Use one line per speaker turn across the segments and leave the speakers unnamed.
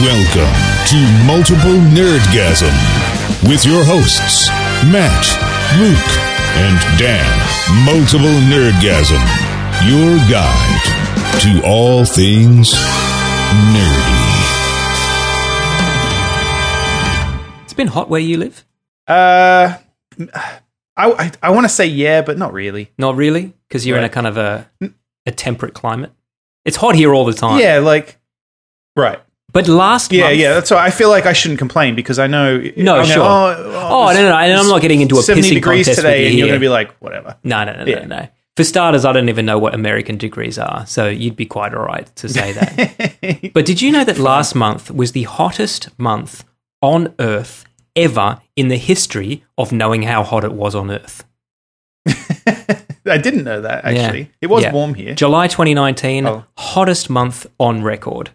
Welcome to Multiple Nerdgasm with your hosts, Matt, Luke, and Dan. Multiple Nerdgasm, your guide to all things nerdy.
It's been hot where you live.
Uh, I I, I want to say yeah, but not really.
Not really, because you're in a
Right.
kind of a a temperate climate. It's hot here all the time.
Yeah, like right.
But last
Yeah,
month,
yeah. That's why I feel like I shouldn't complain because I know.
No,
I'll go,
sure. Oh, no, no, no, and I'm not getting into a
seventy
pissing
degrees
contest with
today,
you
and you're
here.
going to be like, whatever.
No, no, no,
Yeah.
no, no. For starters, I don't even know what American degrees are, so you'd be quite all right to say that. but did you know that last month was the hottest month on Earth ever in the history of knowing how hot it was on Earth?
I didn't know that
Yeah.
actually. It was
Yeah.
warm here.
July 2019,
Oh.
hottest month on record.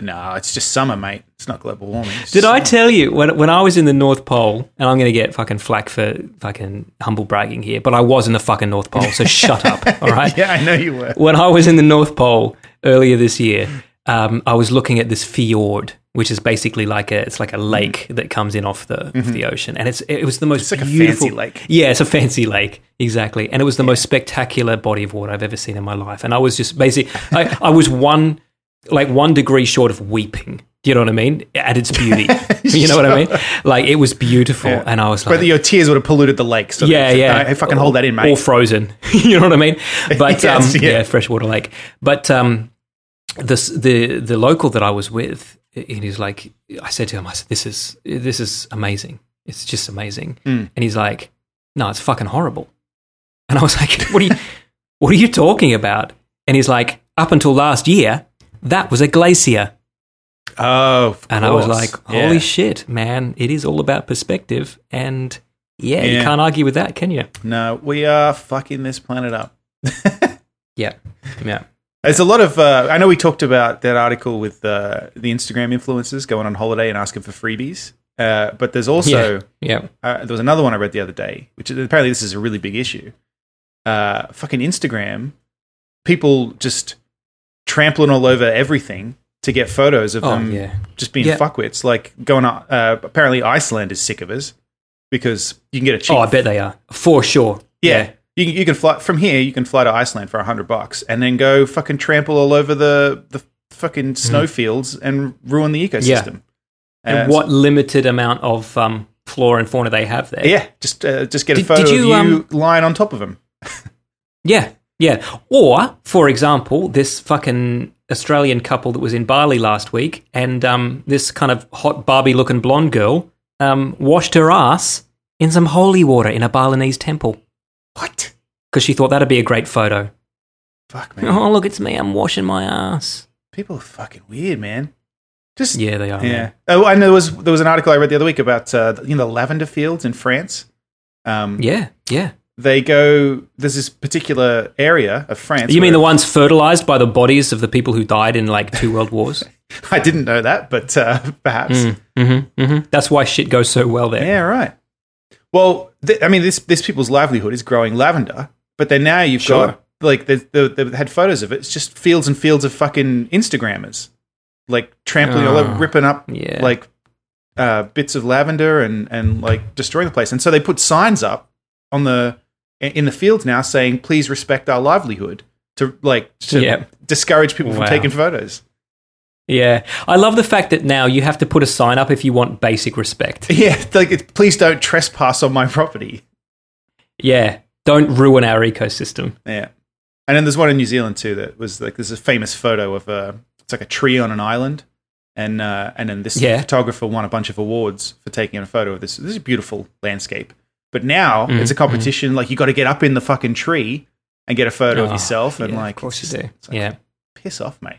no, it's just summer, mate. It's not global warming. It's
Did
just
I
summer.
tell you when when I was in the North Pole, and I'm going to get fucking flack for fucking humble bragging here, but I was in the fucking North Pole, so shut up, all right?
yeah, I know you were.
When I was in the North Pole earlier this year, um, I was looking at this fjord, which is basically like a it's
Mm-hmm.
like a lake that comes in off the off the ocean, and it's it was the most
like a fancy
beautiful
lake.
Yeah, it's a fancy lake exactly, and it was the most spectacular body of water I've ever seen in my life, and I was just basically I, I was one like one degree short of weeping. Do you know what I mean? At its beauty, you know what I mean. Like it was beautiful, and I was like,
But your tears would have polluted the lake. So
yeah,
that-
yeah.
I, I fucking hold that in, mate.
Or frozen. you know what I mean? But
Yes,
um, yeah.
yeah.
freshwater lake. But um, this the the local that I was with, it is like I said to him, I said, "This is this is amazing. It's just amazing."
Hmm.
And he's like, "No, it's fucking horrible." And I was like, "What are you What are you talking about?" And he's like, "Up until last year, that was a glacier."
oh, of
And I was
course.
like, "Holy
Yeah.
shit, man! It is all about perspective." And yeah, you
Yeah.
can't argue with that, can you?
No, we are fucking this planet up.
Yeah, yeah.
There's a lot of. Uh, I know we talked about that article with uh, the Instagram influencers going on holiday and asking for freebies, uh, but there's also
yeah, yeah.
uh, there was another one I read the other day, which is, apparently this is a really big issue. Uh, fucking Instagram, people just trampling all over everything to get photos of
Oh,
them
yeah.
just being
Yeah.
fuckwits. Like going on. Uh, apparently, Iceland is sick of us because you can get a cheap
Oh, I bet they are for sure.
yeah. You, can- you can fly from here. You can fly to Iceland for hundred bucks, and then go fucking trample all over the the fucking snowfields and ruin the ecosystem.
Mm-hmm. And
Uh,
what limited amount of um, flora and fauna they have there?
Yeah, just uh, just get
Did-
a photo
did you,
of you
um,
lying on top of them.
yeah, yeah. Or, for example, this fucking Australian couple that was in Bali last week, and um, this kind of hot Barbie-looking blonde girl um, washed her ass in some holy water in a Balinese temple
What?
because she thought that'd be a great photo.
Fuck man,
Oh, look, it's me. I'm washing my ass.
people are fucking weird, man. Just
Yeah, they are.
yeah.
man.
Oh, and there was there was an article I read the other week about uh, you know the lavender fields in France. Um,
yeah, yeah.
they go. There's this particular area of France.
you mean
where-
the ones fertilized by the bodies of the people who died in like two world wars?
I didn't know that, but uh, perhaps.
Mm-hmm, mm-hmm. That's why shit goes so well there.
Yeah, right. Well, th- I mean, this this people's livelihood is growing lavender, but then now you've
Sure.
got like they, they, they had photos of it. It's just fields and fields of fucking Instagrammers, like trampling all over,
Oh,
ripping up
yeah.
like uh, bits of lavender and and like destroying the place. And so they put signs up on the in the fields now saying, "Please respect our livelihood." To like to
Yeah.
discourage people
Wow.
from taking photos.
Yeah. I love the fact that now you have to put a sign up if you want basic respect.
Yeah, like it's, please don't trespass on my property.
Yeah. Don't ruin our ecosystem.
Yeah. And then there's one in New Zealand too that was like there's a famous photo of a it's like a tree on an island. And uh, and then this
Yeah.
photographer won a bunch of awards for taking a photo of this. This is a beautiful landscape. But now
Mm,
it's a competition, like you gotta get up in the fucking tree and get a photo of
Oh,
yourself and
yeah,
like
of course
it's
you do.
just- it's like,
yeah.
Piss off, mate.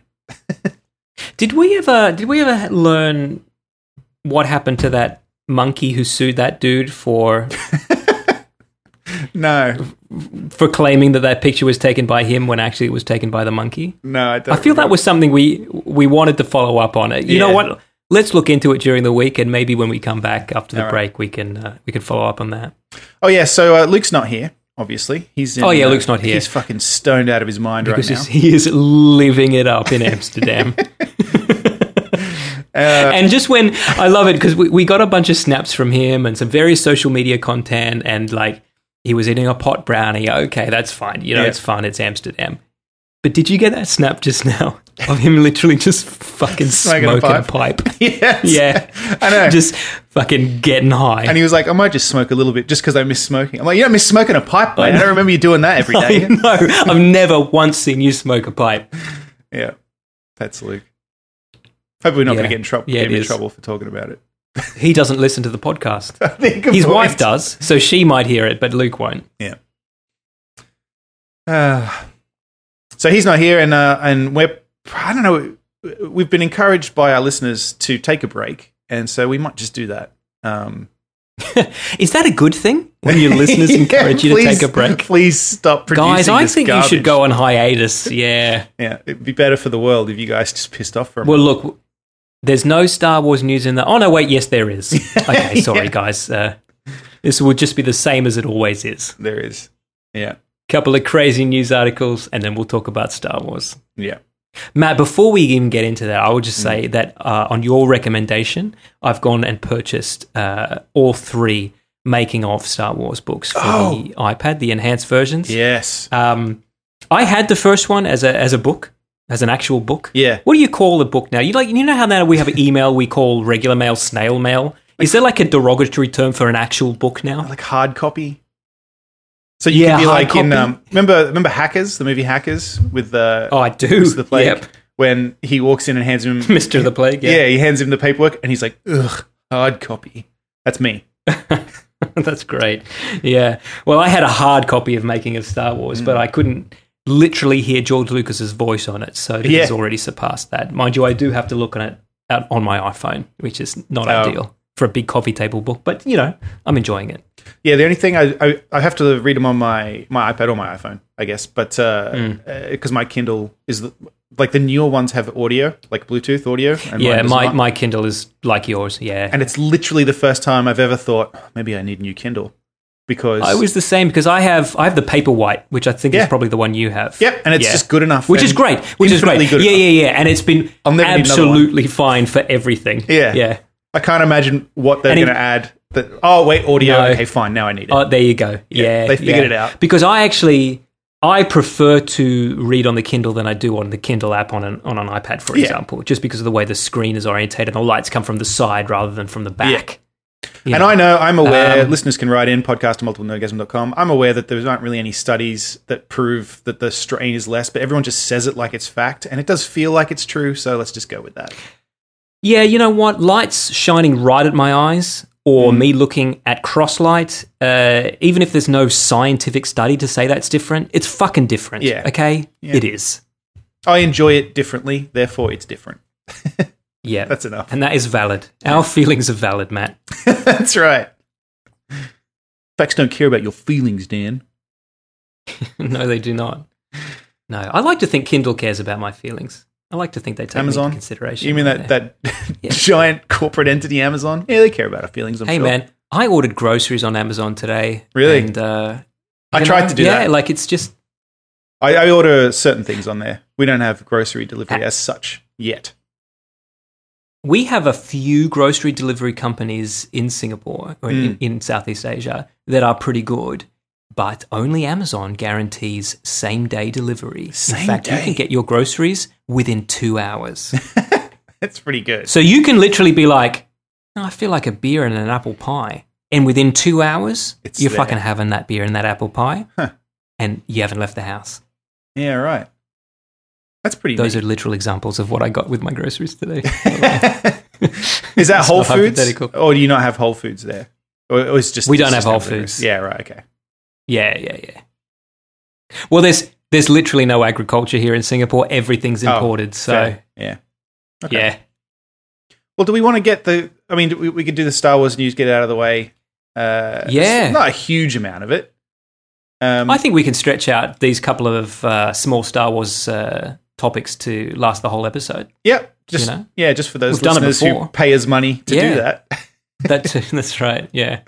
Did we ever did we ever learn what happened to that monkey who sued that dude for
No,
for claiming that that picture was taken by him when actually it was taken by the monkey?
no, I
I
don't
feel that was something we we wanted to follow up on. You know
Yeah.
what? Let's look into it during the week, and maybe when we come back after the
All right.
break, we can uh, we can follow up on that.
Oh yeah, so uh, Luke's not here, obviously. He's in,
Oh, yeah,
uh,
Luke's not here.
He's fucking stoned out of his mind
because
right now.
he is living it up in Amsterdam.
Uh,
and just when I love it because we, we got a bunch of snaps from him and some various social media content and like he was eating a pot brownie. Okay, that's fine. You know,
Yeah.
it's fun. It's Amsterdam. But did you get that snap just now of him literally just fucking
Smoking a
smoking a pipe?
yes.
yeah,
I know.
Just fucking getting high.
and he was like, I might just smoke a little bit just because I miss smoking. I'm like, you don't miss smoking a pipe, mate. I don't remember you doing that every
I
day.
know. I've never once seen you smoke a pipe.
yeah. That's Luke. Hope we're not
Yeah.
going to get in trouble.
Yeah,
get
it
him in
is.
trouble for talking about it.
He doesn't listen to the podcast.
I think
His wife does, so she might hear it, but Luke won't.
Uh, so he's not here, and uh, and we're I don't know. We've been encouraged by our listeners to take a break, and so we might just do that. Um,
Is that a good thing when your listeners
yeah,
encourage you to
please-
take a break?
Please stop producing.
Guys, I
this
think
garbage.
you should go on hiatus. Yeah.
Yeah, it'd be better for the world if you guys just pissed off for a
Well, look, there's no Star Wars news in the. Oh, no, wait, yes, there is. Okay, sorry,
Yeah.
guys. Uh, this will just be the same as it always is.
moment. There is. Yeah,
Couple of crazy news articles, and then we'll talk about Star Wars.
yeah.
Matt, before we even get into that, I would
Mm.
just say that uh, on your recommendation, I've gone and purchased uh, all three making of Star Wars books for
Oh.
the iPad, the enhanced versions.
Yes.
Um, I had the first one as a as a book, as an actual book.
Yeah.
What do you call a book now? You like you know how now we have email we call regular mail snail mail. Is there like a derogatory term for an actual book now?
Like hard copy. So you
Yeah,
can be
hard
like in
copy.
um, remember remember Hackers, the movie Hackers with the
Oh, I do.
Mr. the Plague
Yep.
when he walks in and hands him
Mr. the Plague.
Yeah.
Yeah.
he hands him the paperwork and he's like, ugh, hard copy. That's me.
That's great. Yeah. Well, I had a hard copy of Making of Star Wars,
Mm.
but I couldn't literally hear George Lucas's voice on it, so it
Yeah.
has already surpassed that. Mind you, I do have to look on it out on my iPhone, which is not
Oh.
ideal for a big coffee table book, but you know, I'm enjoying it.
Yeah, the only thing I, I, I have to read them on my, my iPad or my iPhone, I guess, but because
Hmm.
uh, because my Kindle is the, like the newer ones have audio, like Bluetooth audio. And mine
Yeah,
does
my,
not.
my Kindle is like yours. Yeah.
and it's literally the first time I've ever thought "Oh, maybe I need a new Kindle because
I was the same because I have I have the Paperwhite, which I think
Yeah.
is probably the one you have.
Yep, and it's
Yeah.
just good enough,
Which is
and
great. Which is great.
infinitely good
yeah,
enough.
yeah, yeah. And it's been
I'll never need another one.
absolutely fine for everything.
Yeah.
yeah.
I can't imagine what they're
And
going
it-
to add. That oh wait, audio.
No.
Okay, fine. Now I need it.
Oh, there you go. Yeah,
they figured
yeah.
it out.
Because I actually I prefer to read on the Kindle than I do on the Kindle app on an on an iPad, for
Yeah.
example, just because of the way the screen is orientated and the lights come from the side rather than from the back. You
And I know, I'm aware,
Um,
listeners can write in podcast to multiplenergasm.com. I'm aware that there aren't really any studies that prove that the strain is less, but everyone just says it like it's fact, and it does feel like it's true, so let's just go with that.
Yeah, you know what? Lights shining right at my eyes, or
Mm.
me looking at crosslight, uh, even if there's no scientific study to say that's different, it's fucking different.
Yeah.
Okay? It is.
I enjoy it differently, therefore it's different.
Yeah.
That's enough.
and that is valid. Our feelings are valid, Matt.
That's right. Facts don't care about your feelings, Dan.
no, they do not. No. I like to think Kindle cares about my feelings. I like to think they take me
Amazon?
into consideration.
You mean
when
that, that giant corporate entity, Amazon? Yeah, they care about our feelings, I'm
they're- Hey,
sure.
man, I ordered groceries on Amazon today.
Really?
And, uh,
I
you
tried to do
yeah,
that.
like it's just
I, I order certain things on there. We don't have grocery delivery
Ah.
as such yet.
We have a few grocery delivery companies in Singapore or
Hmm.
in, in Southeast Asia that are pretty good, but only Amazon guarantees same day delivery.
Same
in fact, you
day?
can get your groceries within two hours.
That's pretty good.
so you can literally be like, "No, I feel like a beer and an apple pie. And within two hours,
It's
you're
there.
fucking having that beer and that apple pie,
Huh.
and you haven't left the house.
Yeah, right. That's pretty.
Those
neat.
are literal examples of what I got with my groceries today.
is that
It's
Whole
not
Foods,
hypothetical.
or do you not have Whole Foods there? Or, or it's just
We don't have
it's just
Whole
hamburgers.
Foods.
Yeah, right. Okay.
Yeah, yeah, yeah. Well, there's there's literally no agriculture here in Singapore. Everything's
Oh,
imported. so
Fair. yeah. Okay.
yeah,
Well, do we want to get the? I mean, we, we could do the Star Wars news, get it out of the way. Uh,
Yeah.
it's not a huge amount of it. Um,
I think we can stretch out these couple of uh, small Star Wars uh, topics to last the whole episode.
yeah, just
know.
yeah, just for those
We've done it
listeners who
before.
pay us money to do
Yeah.
that.
That, that's right. Yeah.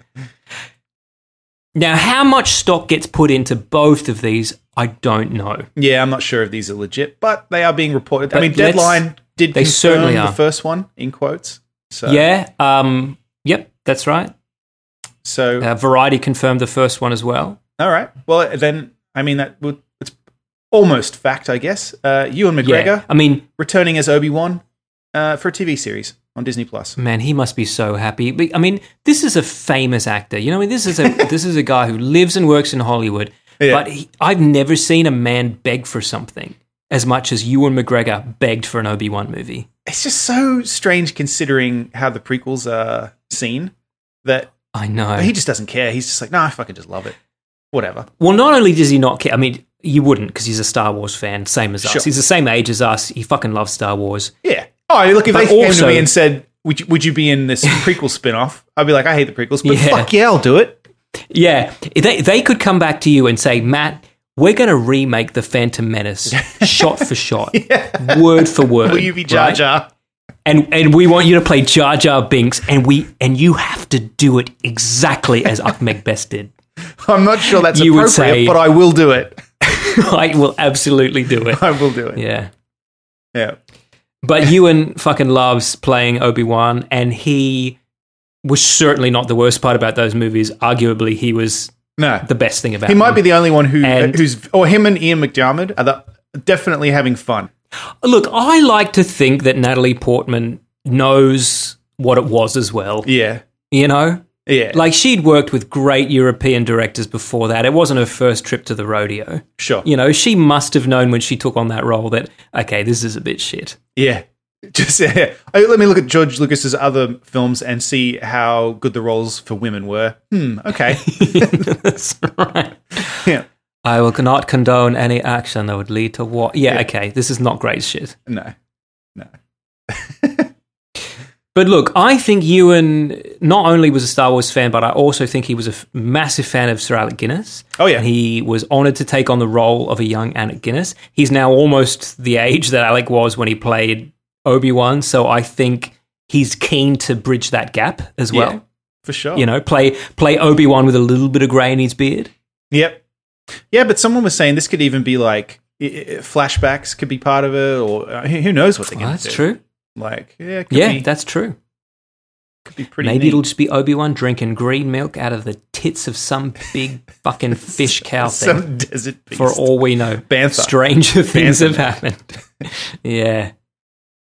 Now, how much stock gets put into both of these? I don't know.
Yeah, I'm not sure if these are legit, but they are being reported. I
But
mean,
let's-
Deadline did
they
confirm
certainly
the
are.
first one in quotes. So
Yeah. Um, yep. That's right.
so
Uh, Variety confirmed the first one as well.
all right. Well, then I mean that would, it's almost fact, I guess. Uh, Ewan McGregor
Yeah. I mean,
returning as Obi Wan uh, for a TV series on Disney Plus.
man, he must be so happy. But, I mean, this is a famous actor. You know, I mean, this is a this is a guy who lives and works in Hollywood.
Yeah.
But he, I've never seen a man beg for something as much as Ewan McGregor begged for an Obi Wan movie.
It's just so strange considering how the prequels are seen that
I know.
he just doesn't care. He's just like, nah, I fucking just love it. Whatever.
Well, not only does he not care, I mean, you wouldn't because he's a Star Wars fan, same as
Sure.
us. He's the same age as us. He fucking loves Star Wars.
Yeah. Oh, look, if
But
they came to
also-
me and said, would you, would you be in this prequel spin off? I'd be like, I hate the prequels, but
Yeah.
fuck yeah, I'll do it.
Yeah, they they could come back to you and say, Matt, we're going to remake the Phantom Menace, shot for shot, word for word.
Will you be Jar
right?
Jar?
And and we want you to play Jar Jar Binks, and we and you have to do it exactly as Ahmed Best did.
I'm not sure that's
You would
appropriate,
say-
but I will do it.
I will absolutely do it.
I will do it.
Yeah.
Yeah.
But Ewan fucking loves playing Obi Wan, and he was certainly not the worst part about those movies. Arguably, he was
No.
the best thing about.
he might be
them.
the only one who
And-
who's or him and Ian McDiarmid are the, definitely having fun.
Look, I like to think that Natalie Portman knows what it was as well.
Yeah.
You know,
Yeah.
like she'd worked with great European directors before that. It wasn't her first trip to the rodeo.
sure.
You know, she must have known when she took on that role that okay, this is a bit shit.
Yeah. Just yeah. Oh, let me look at George Lucas's other films and see how good the roles for women were. Hmm. Okay.
That's right.
yeah.
I will not condone any action that would lead to war. Yeah, okay, this is not great shit.
No. No.
But look, I think Ewan not only was a Star Wars fan, but I also think he was a f- massive fan of Sir Alec Guinness.
Oh, yeah.
And he was honored to take on the role of a young Alec Guinness. He's now almost the age that Alec was when he played Obi Wan, so I think he's keen to bridge that gap as well.
Yeah, for sure.
You know, play play Obi Wan with a little bit of grey in his beard.
Yep. Yeah, but someone was saying this could even be like i- i- flashbacks could be part of it, or uh, who who knows what they're
Well,
going to
that's
do.
true.
Like, yeah, it could
Yeah,
be,
that's true.
could be pretty.
Maybe
neat.
it'll just be Obi Wan drinking green milk out of the tits of some big fucking fish cow thing.
some desert beast.
for all we know.
Bantha.
Stranger things
Bantha.
have happened. yeah.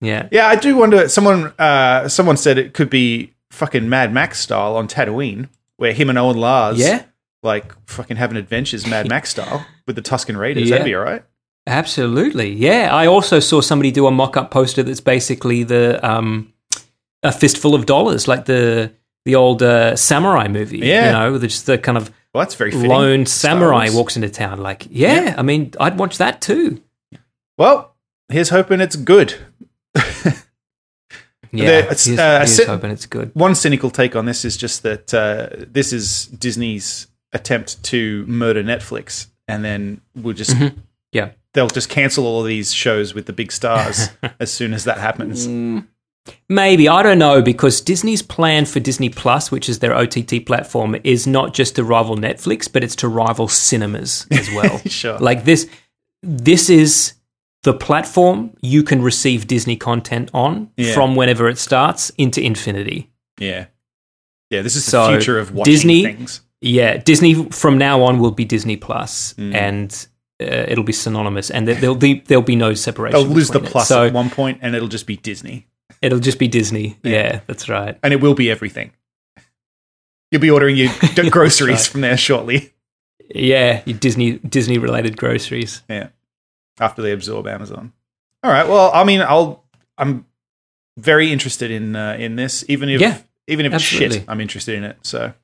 Yeah.
Yeah, I do wonder. Someone, uh, someone said it could be fucking Mad Max style on Tatooine, where him and Owen Lars,
Yeah.
like fucking having adventures Mad Max style with the Tuscan Raiders.
Yeah.
That'd be all right.
Absolutely. Yeah. I also saw somebody do a mock up poster that's basically the um a fistful of dollars, like the the old uh, samurai movie.
Yeah.
You know, with just the kind of
Well, that's very fitting.
lone
Star
samurai
Wars.
walks into town. Like, yeah, I mean I'd watch that too.
Well, here's hoping it's good.
Yeah.
There- it's,
here's,
uh,
here's
sit-
hoping it's good.
One cynical take on this is just that uh, this is Disney's attempt to murder Netflix, and then we'll just
Mm-hmm. Yeah.
they'll just cancel all of these shows with the big stars as soon as that happens.
Mm. Maybe I don't know because Disney's plan for Disney Plus, which is their OTT platform, is not just to rival Netflix, but it's to rival cinemas as well.
Sure.
Like this, this is the platform you can receive Disney content on
Yeah.
from whenever it starts into infinity.
Yeah. Yeah, this is
So,
the future of watching
Disney-
things.
Yeah, Disney from now on will be Disney Plus,
Mm.
and uh, it'll be synonymous, and there- there'll be there'll be no separation.
They'll lose the
between it.
plus
so
at one point and it'll just be Disney.
it'll just be Disney. yeah that's right.
And it will be everything. You'll be ordering your d- groceries
right.
from there shortly.
Yeah, your Disney Disney related groceries.
Yeah. After they absorb Amazon. All right. Well, I mean, I'll I'm very interested in uh, in this even if
Yeah,
even if it's shit,
absolutely.
I'm interested in it. So,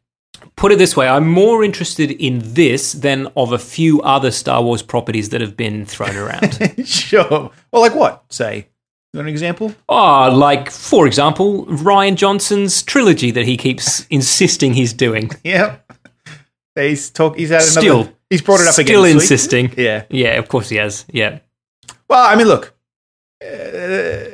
Put it this way, I'm more interested in this than of a few other Star Wars properties that have been thrown around.
sure. Well, like what? Say, you want an example?
Ah, like, for example, Ryan Johnson's trilogy that he keeps insisting he's doing.
Yeah. He's talk he's had another
Still-
he's brought it up again.
Still
this week.
insisting.
Yeah.
Yeah, of course he has. Yeah.
Well, I mean, look, uh,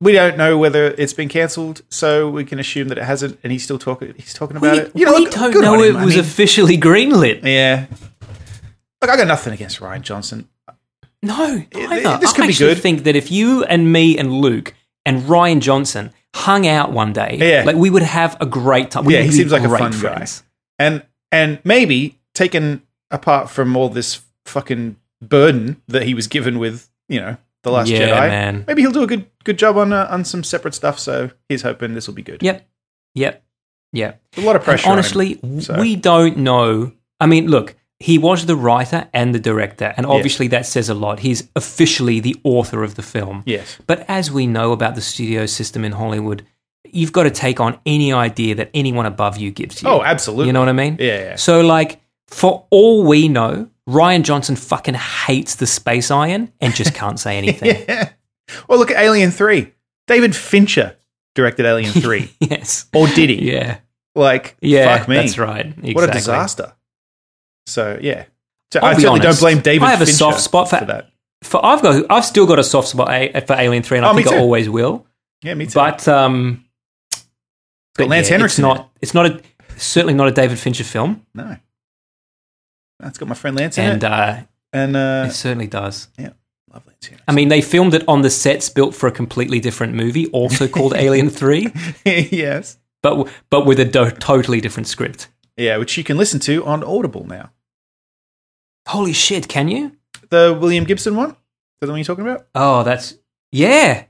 we don't know whether it's been cancelled, so we can assume that it hasn't, and he's still talking. He's talking about
We,
it. You know,
we
look,
don't
good
know
on
it
him, I
was
mean-
officially greenlit.
yeah. Look, I got nothing against Ryan Johnson.
No,
It-
neither.
this could
I
be
actually
good.
think that if you and me and Luke and Ryan Johnson hung out one day,
Yeah.
like we would have a great time. We
Yeah,
would
he
be
seems like a
great
fun guy.
friends.
And and maybe taken apart from all this fucking burden that he was given with, you know, the Last
Yeah,
Jedi.
man.
Maybe he'll do a good good job on uh, on some separate stuff. So he's hoping this will be good.
Yep, yep, yep.
a lot of
And
pressure. on him.
honestly,
so.
we don't know. I mean, look, he was the writer and the director, and obviously that says a lot. He's officially the author of the film.
yes,
But as we know about the studio system in Hollywood, you've got to take on any idea that anyone above you gives you.
Oh, absolutely.
You know what I mean?
Yeah, yeah.
So, like, for all we know, Ryan Johnson fucking hates the space iron and just can't say anything.
Well, look at Alien Three. David Fincher directed Alien Three,
yes.
or did he?
Yeah.
Like,
Yeah.
fuck me.
That's right. Exactly.
What a disaster. So yeah, so
I'll
I
be
certainly
honest.
don't blame David.
I have a
Fincher
soft spot for-
that.
For, I've got, I've still got a soft spot a- for Alien Three, and I
Oh, me
think I
too.
always will.
Yeah, me too.
But um,
got Lance
it's
Henriksen in
not. It's not a certainly not a David Fincher film,
no, that's got my friend Lance in
and
it,
uh,
and
it
uh,
certainly does.
yeah, love Lance Henriksen.
I mean, they filmed it on the sets built for a completely different movie, also called Alien Three,
yes,
but w- but with a do- totally different script.
yeah, which you can listen to on Audible now.
Holy shit! Can you?
The William Gibson one. Is that the one you're talking about?
Oh, that's
Uh,
yeah.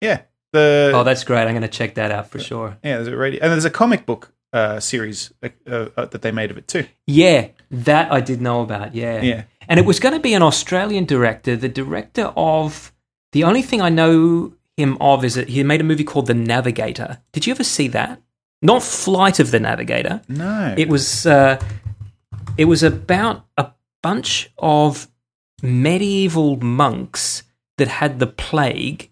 Yeah. The
Oh, that's great. I'm going to check that out
uh,
for sure.
Yeah, there's a radio, and there's a comic book uh, series uh, uh, that they made of it too.
Yeah, that I did know about. Yeah,
Yeah.
And it was going to be an Australian director, the director of the only thing I know him of is that he made a movie called The Navigator. Did you ever see that? Not Flight of the Navigator.
No,
it was uh, it was about a bunch of medieval monks that had the plague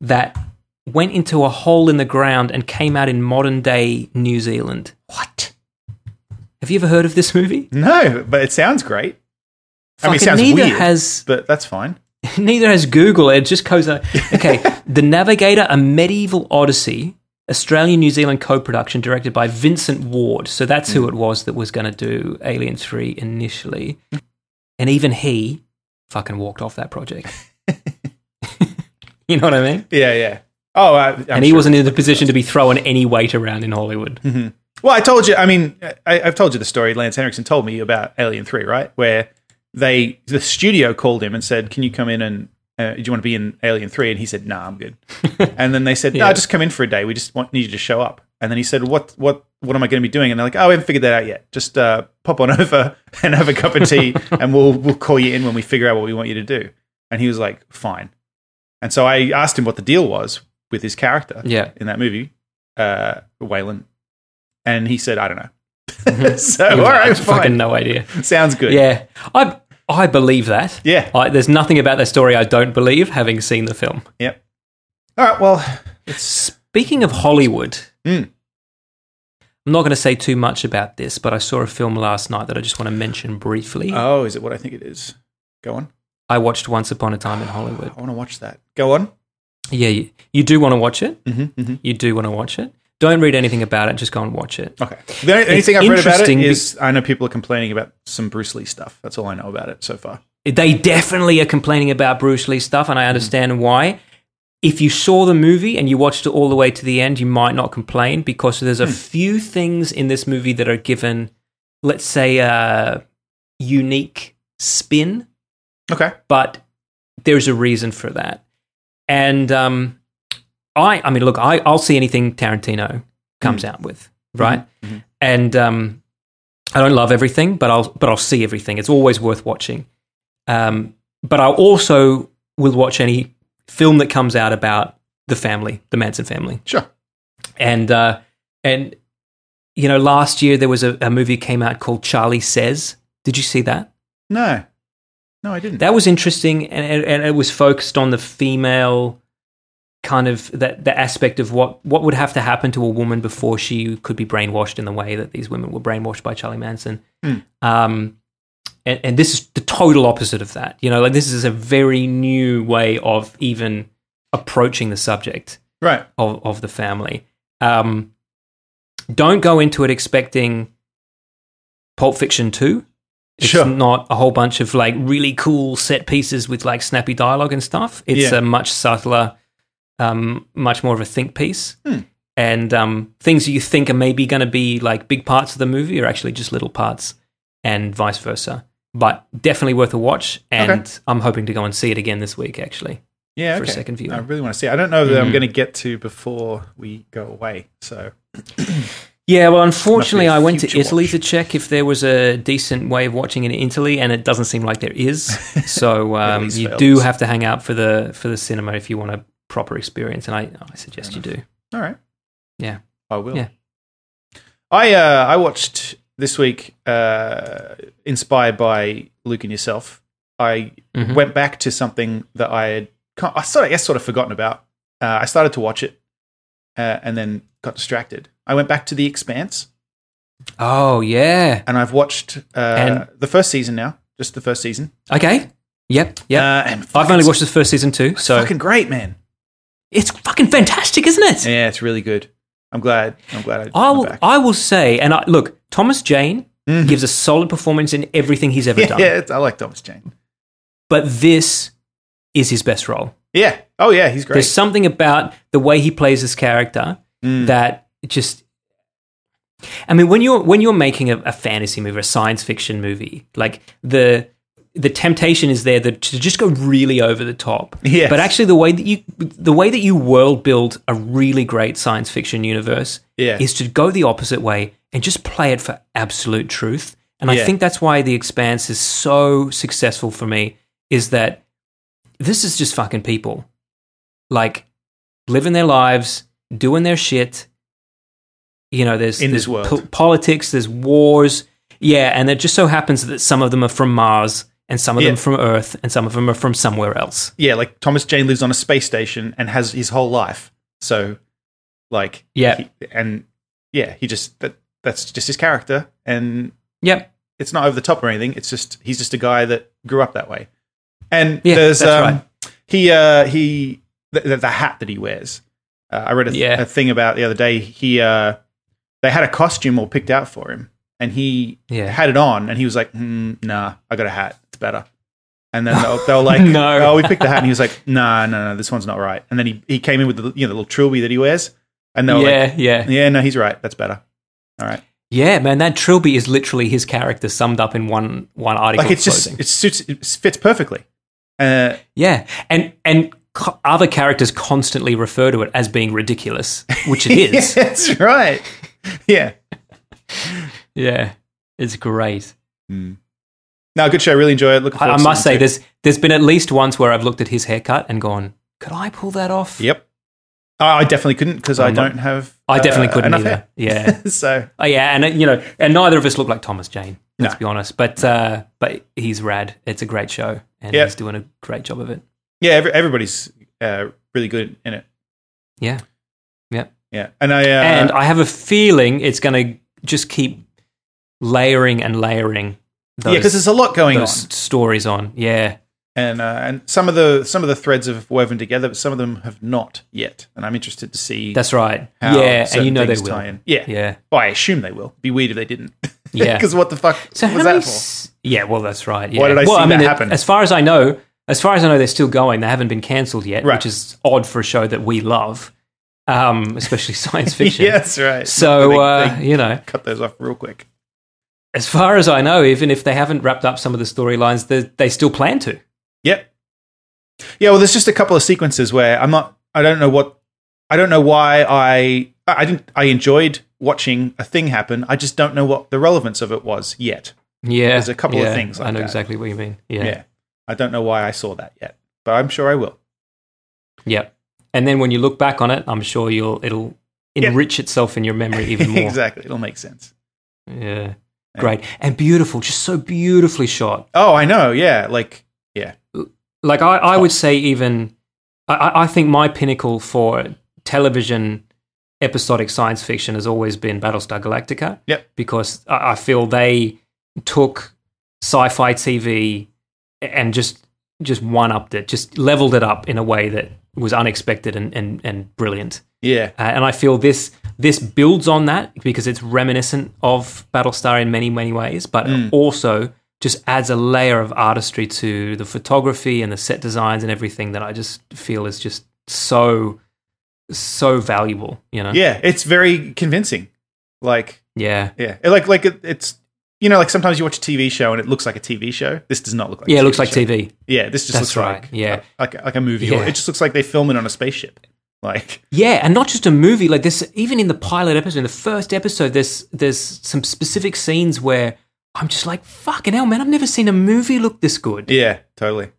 that went into a hole in the ground and came out in modern day New Zealand. What? Have you ever heard of this movie?
no, but it sounds great. I mean,
Fucking
it sounds
neither
weird,
has
but that's fine.
neither has Google. It just goes out. Okay, The Navigator, a medieval odyssey, Australian New Zealand co production directed by Vincent Ward. So that's
Mm.
who it was that was going to do Alien 3 initially. And even he fucking walked off that project. you know what I mean?
Yeah, yeah. Oh, I, I'm
and he
sure. Mm-hmm.
wasn't in the position to be throwing any weight around in Hollywood.
Well, I told you. I mean, I, I've told you the story. Lance Henriksen told me about Alien Three, right? Where they the studio called him and said, "Can you come in and uh, do you want to be in Alien 3? And he said, "Nah, I'm good." and then they said, "No,
Yeah.
just come in for a day. We just want need you to show up." And then he said, "What? What? What am I going to be doing?" And they're like, "Oh, we haven't figured that out yet. Just uh, pop on over and have a cup of tea, and we'll we'll call you in when we figure out what we want you to do." And he was like, "Fine." And so I asked him what the deal was with his character
Yeah.
in that movie, uh, Waylon, and he said, "I don't know." so
Mm-hmm. He was like,
all
I
right,
have fucking
fine.
no idea.
Sounds good.
Yeah. I, I believe that.
Yeah.
I, there's nothing about that story I don't believe, having seen the film.
Yep. All right. Well,
Speaking of Hollywood,
Mm.
I'm not going to say too much about this, but I saw a film last night that I just want to mention briefly.
oh, is it what I think it is? Go on.
I watched Once Upon a Time in Hollywood.
I want to watch that. Go on.
Yeah, you, you do want to watch it.
Mm-hmm, mm-hmm.
You do want to watch it. Don't read anything about it. Just go and watch it.
Okay. The only, only thing I've read about it
interesting be-
is I know people are complaining about some Bruce Lee stuff. That's all I know about it so far.
They definitely are complaining about Bruce Lee stuff,
Mm-hmm.
and I understand why. If you saw the movie and you watched it all the way to the end, you might not complain because there's a
Hmm.
few things in this movie that are given, let's say, a unique spin.
Okay.
but there's a reason for that. And um, I, I mean, look, I, I'll see anything Tarantino comes out with, right? And um, I don't love everything, but I'll but I'll see everything. It's always worth watching. Um, but I also will watch any film that comes out about the family, the Manson family
Sure.
and uh, and you know last year there was a, a movie came out called Charlie Says. Did you see that?
No. No, I didn't.
That was interesting, and, and, and it was focused on the female kind of that the aspect of what what would have to happen to a woman before she could be brainwashed in the way that these women were brainwashed by Charlie Manson. Um, and, and this is the total opposite of that. You know, like this is a very new way of even approaching the subject
right.
of, of the family. Um, don't go into it expecting Pulp Fiction 2 It's
Sure.
not a whole bunch of like really cool set pieces with like snappy dialogue and stuff. It's
Yeah.
a much subtler, um, much more of a think piece.
Hmm.
And um, things that you think are maybe going to be like big parts of the movie are actually just little parts, and vice versa. But definitely worth a watch. And I'm hoping to go and see it again this week, actually.
yeah,
for a
okay.
second Mm-hmm. viewing.
I really want to see. it. I don't know that I'm going to get to before we go away. So
Yeah, well, unfortunately,
Must be a
I went to
future
Italy
watch.
to check if there was a decent way of watching it in Italy, and it doesn't seem like there is. So um,
Italy's
you
failed
do
us.
have to hang out for the for the cinema if you want a proper experience, and I, I suggest you do.
all right,
Yeah,
I will.
Yeah.
I uh, I watched this week, uh, inspired by Luke and yourself. I
Mhm.
went back to something that I had, ki- I sort of, I guess, sort of forgotten about. Uh, I started to watch it, uh, and then got distracted. I went back to The Expanse,
Oh yeah.
and I've watched uh,
And-
the first season now, just the first season.
Okay. Yep. Yep.
Uh, and
I've
fuck,
only
it's
watched the first season too, so
fucking great, man.
it's fucking fantastic, isn't it?
Yeah, it's really good. I'm glad. I'm glad. I,
I
I'm
will.
back. Mm-hmm.
I will say, and I, look, Thomas Jane gives a solid performance in everything he's ever
yeah,
done,
yeah, it's- I like Thomas Jane.
but this is his best role.
Yeah. Oh yeah, he's
There's
great.
something about the way he plays this character
Mm.
that just. I mean, when you're when you're making a, a fantasy movie, a science fiction movie, like the the temptation is there that to just go really over the top.
Yes.
But actually, the way that you the way that you world build a really great science fiction universe
Yeah.
is to go the opposite way and just play it for absolute truth. And
Yeah.
I think that's why The Expanse is so successful for me. Is that this is just fucking people like living their lives, doing their shit. You know, there's
In this
there's
world.
po- politics, there's wars, yeah, and it just so happens that some of them are from Mars, and some of
Yeah.
them from Earth, and some of them are from somewhere else.
yeah, like Thomas Jane lives on a space station and has his whole life. So, like,
Yeah.
he, and yeah, he just that that's just his character, and
Yep,
it's not over the top or anything. It's just he's just a guy that grew up that way. And
Yeah,
there's
that's
um,
right.
he uh, he the, the, the hat that he wears. Uh, I read a, th-
Yeah.
a thing about the other day. He uh, they had a costume all picked out for him, and he
Yeah.
had it on, and he was like, mm, "Nah, I got a hat. It's better." And then they'll, they'll like,
No.
"Oh, we picked the hat," and he was like, "Nah, no, no, this one's not right." And then he, he came in with the you know the little trilby that he wears, and they were
yeah, yeah,
Oh, like, "Yeah, no, he's right. That's better. All right."
yeah, man. That Trilby is literally his character summed up in one one article.
like it's
of
just
clothing.
it suits it fits perfectly. Uh,
Yeah, and and co- other characters constantly refer to it as being ridiculous, which it is. yeah.
that's right. Yeah.
it's great.
No, good show. Really enjoy it. Looking
I,
forward
I
to
must say,
season two.
there's there's been at least once where I've looked at his haircut and gone, "Could I pull that off?"
Yep. Oh, I definitely couldn't because I
I'm not-
don't have.
I definitely
uh,
couldn't
enough
either.
hair.
Yeah,
so
oh, yeah, and uh, you know, and neither of us look like Thomas Jane. Let's
No.
be honest, but uh, but he's rad. It's a great show, and
Yeah.
he's doing a great job of it.
yeah, every, everybody's uh, really good in it.
Yeah, yeah.
Yeah, and I uh,
and I have a feeling it's going to just keep layering and layering. Those
yeah, because there's a lot going on,
those stories on. Yeah,
and uh, and some of the some of the threads have woven together, but some of them have not yet, and I'm interested to see
that's right.
how
yeah, and
certain
you know they
things
will.
tie in. Yeah,
Yeah,
Well, I assume they will. Be weird if they didn't.
Yeah.
because what the fuck
So how
was
many
that for?
s- Yeah, well, that's right. Yeah.
Why did I
well,
see
I mean,
that
it-
happen?
As far as I know, as far as I know, they're still going. They haven't been cancelled yet,
Right.
which is odd for a show that we love, um, especially science fiction.
Yeah, that's right.
So
They-
uh,
they
you know,
cut those off real quick.
as far as I know, even if they haven't wrapped up some of the storylines, they, they still plan to.
Yep. Yeah. Well, there's just a couple of sequences where I'm not. I don't know what. I don't know why I. I I didn't. I enjoyed watching a thing happen. I just don't know what the relevance of it was yet.
Yeah,
There's a couple of
yeah,
things
I
like
know
that.
exactly what you mean.
Yeah.
Yeah,
I don't know why I saw that yet, but I'm sure I will.
Yep. And then when you look back on it, I'm sure you'll it'll
Yeah.
enrich itself in your memory even more.
exactly. It'll make sense.
Yeah. Great. And beautiful, just so beautifully shot.
Oh, I know. Yeah. Like. Yeah.
Like I, I would say even I- I, I think my pinnacle for television episodic science fiction has always been Battlestar Galactica.
Yep.
Because I, I feel they took sci-fi TV and just just one upped it, just leveled it up in a way that was unexpected and, and, and brilliant.
Yeah.
Uh, and I feel this this
Mm.
builds on that because it's reminiscent of Battlestar in many many ways, but also just adds a layer of artistry to the photography and the set designs and everything that I just feel is just so so valuable. You know?
Yeah, it's very convincing. Like
Yeah.
yeah, It- like like it, it's you know like sometimes you watch a TV show and it looks like a TV show. This does not look like
Yeah,
a
it looks like
show.
TV.
Yeah, this just
That's
looks
right,
like
yeah.
like like a movie. Or
Yeah.
it just looks like they film it on a spaceship. Like
Yeah, and not just a movie. Like this, even in the pilot episode, in the first episode, there's there's some specific scenes where I'm just like, "Fucking hell, man! I've never seen a movie look this good."
yeah, totally.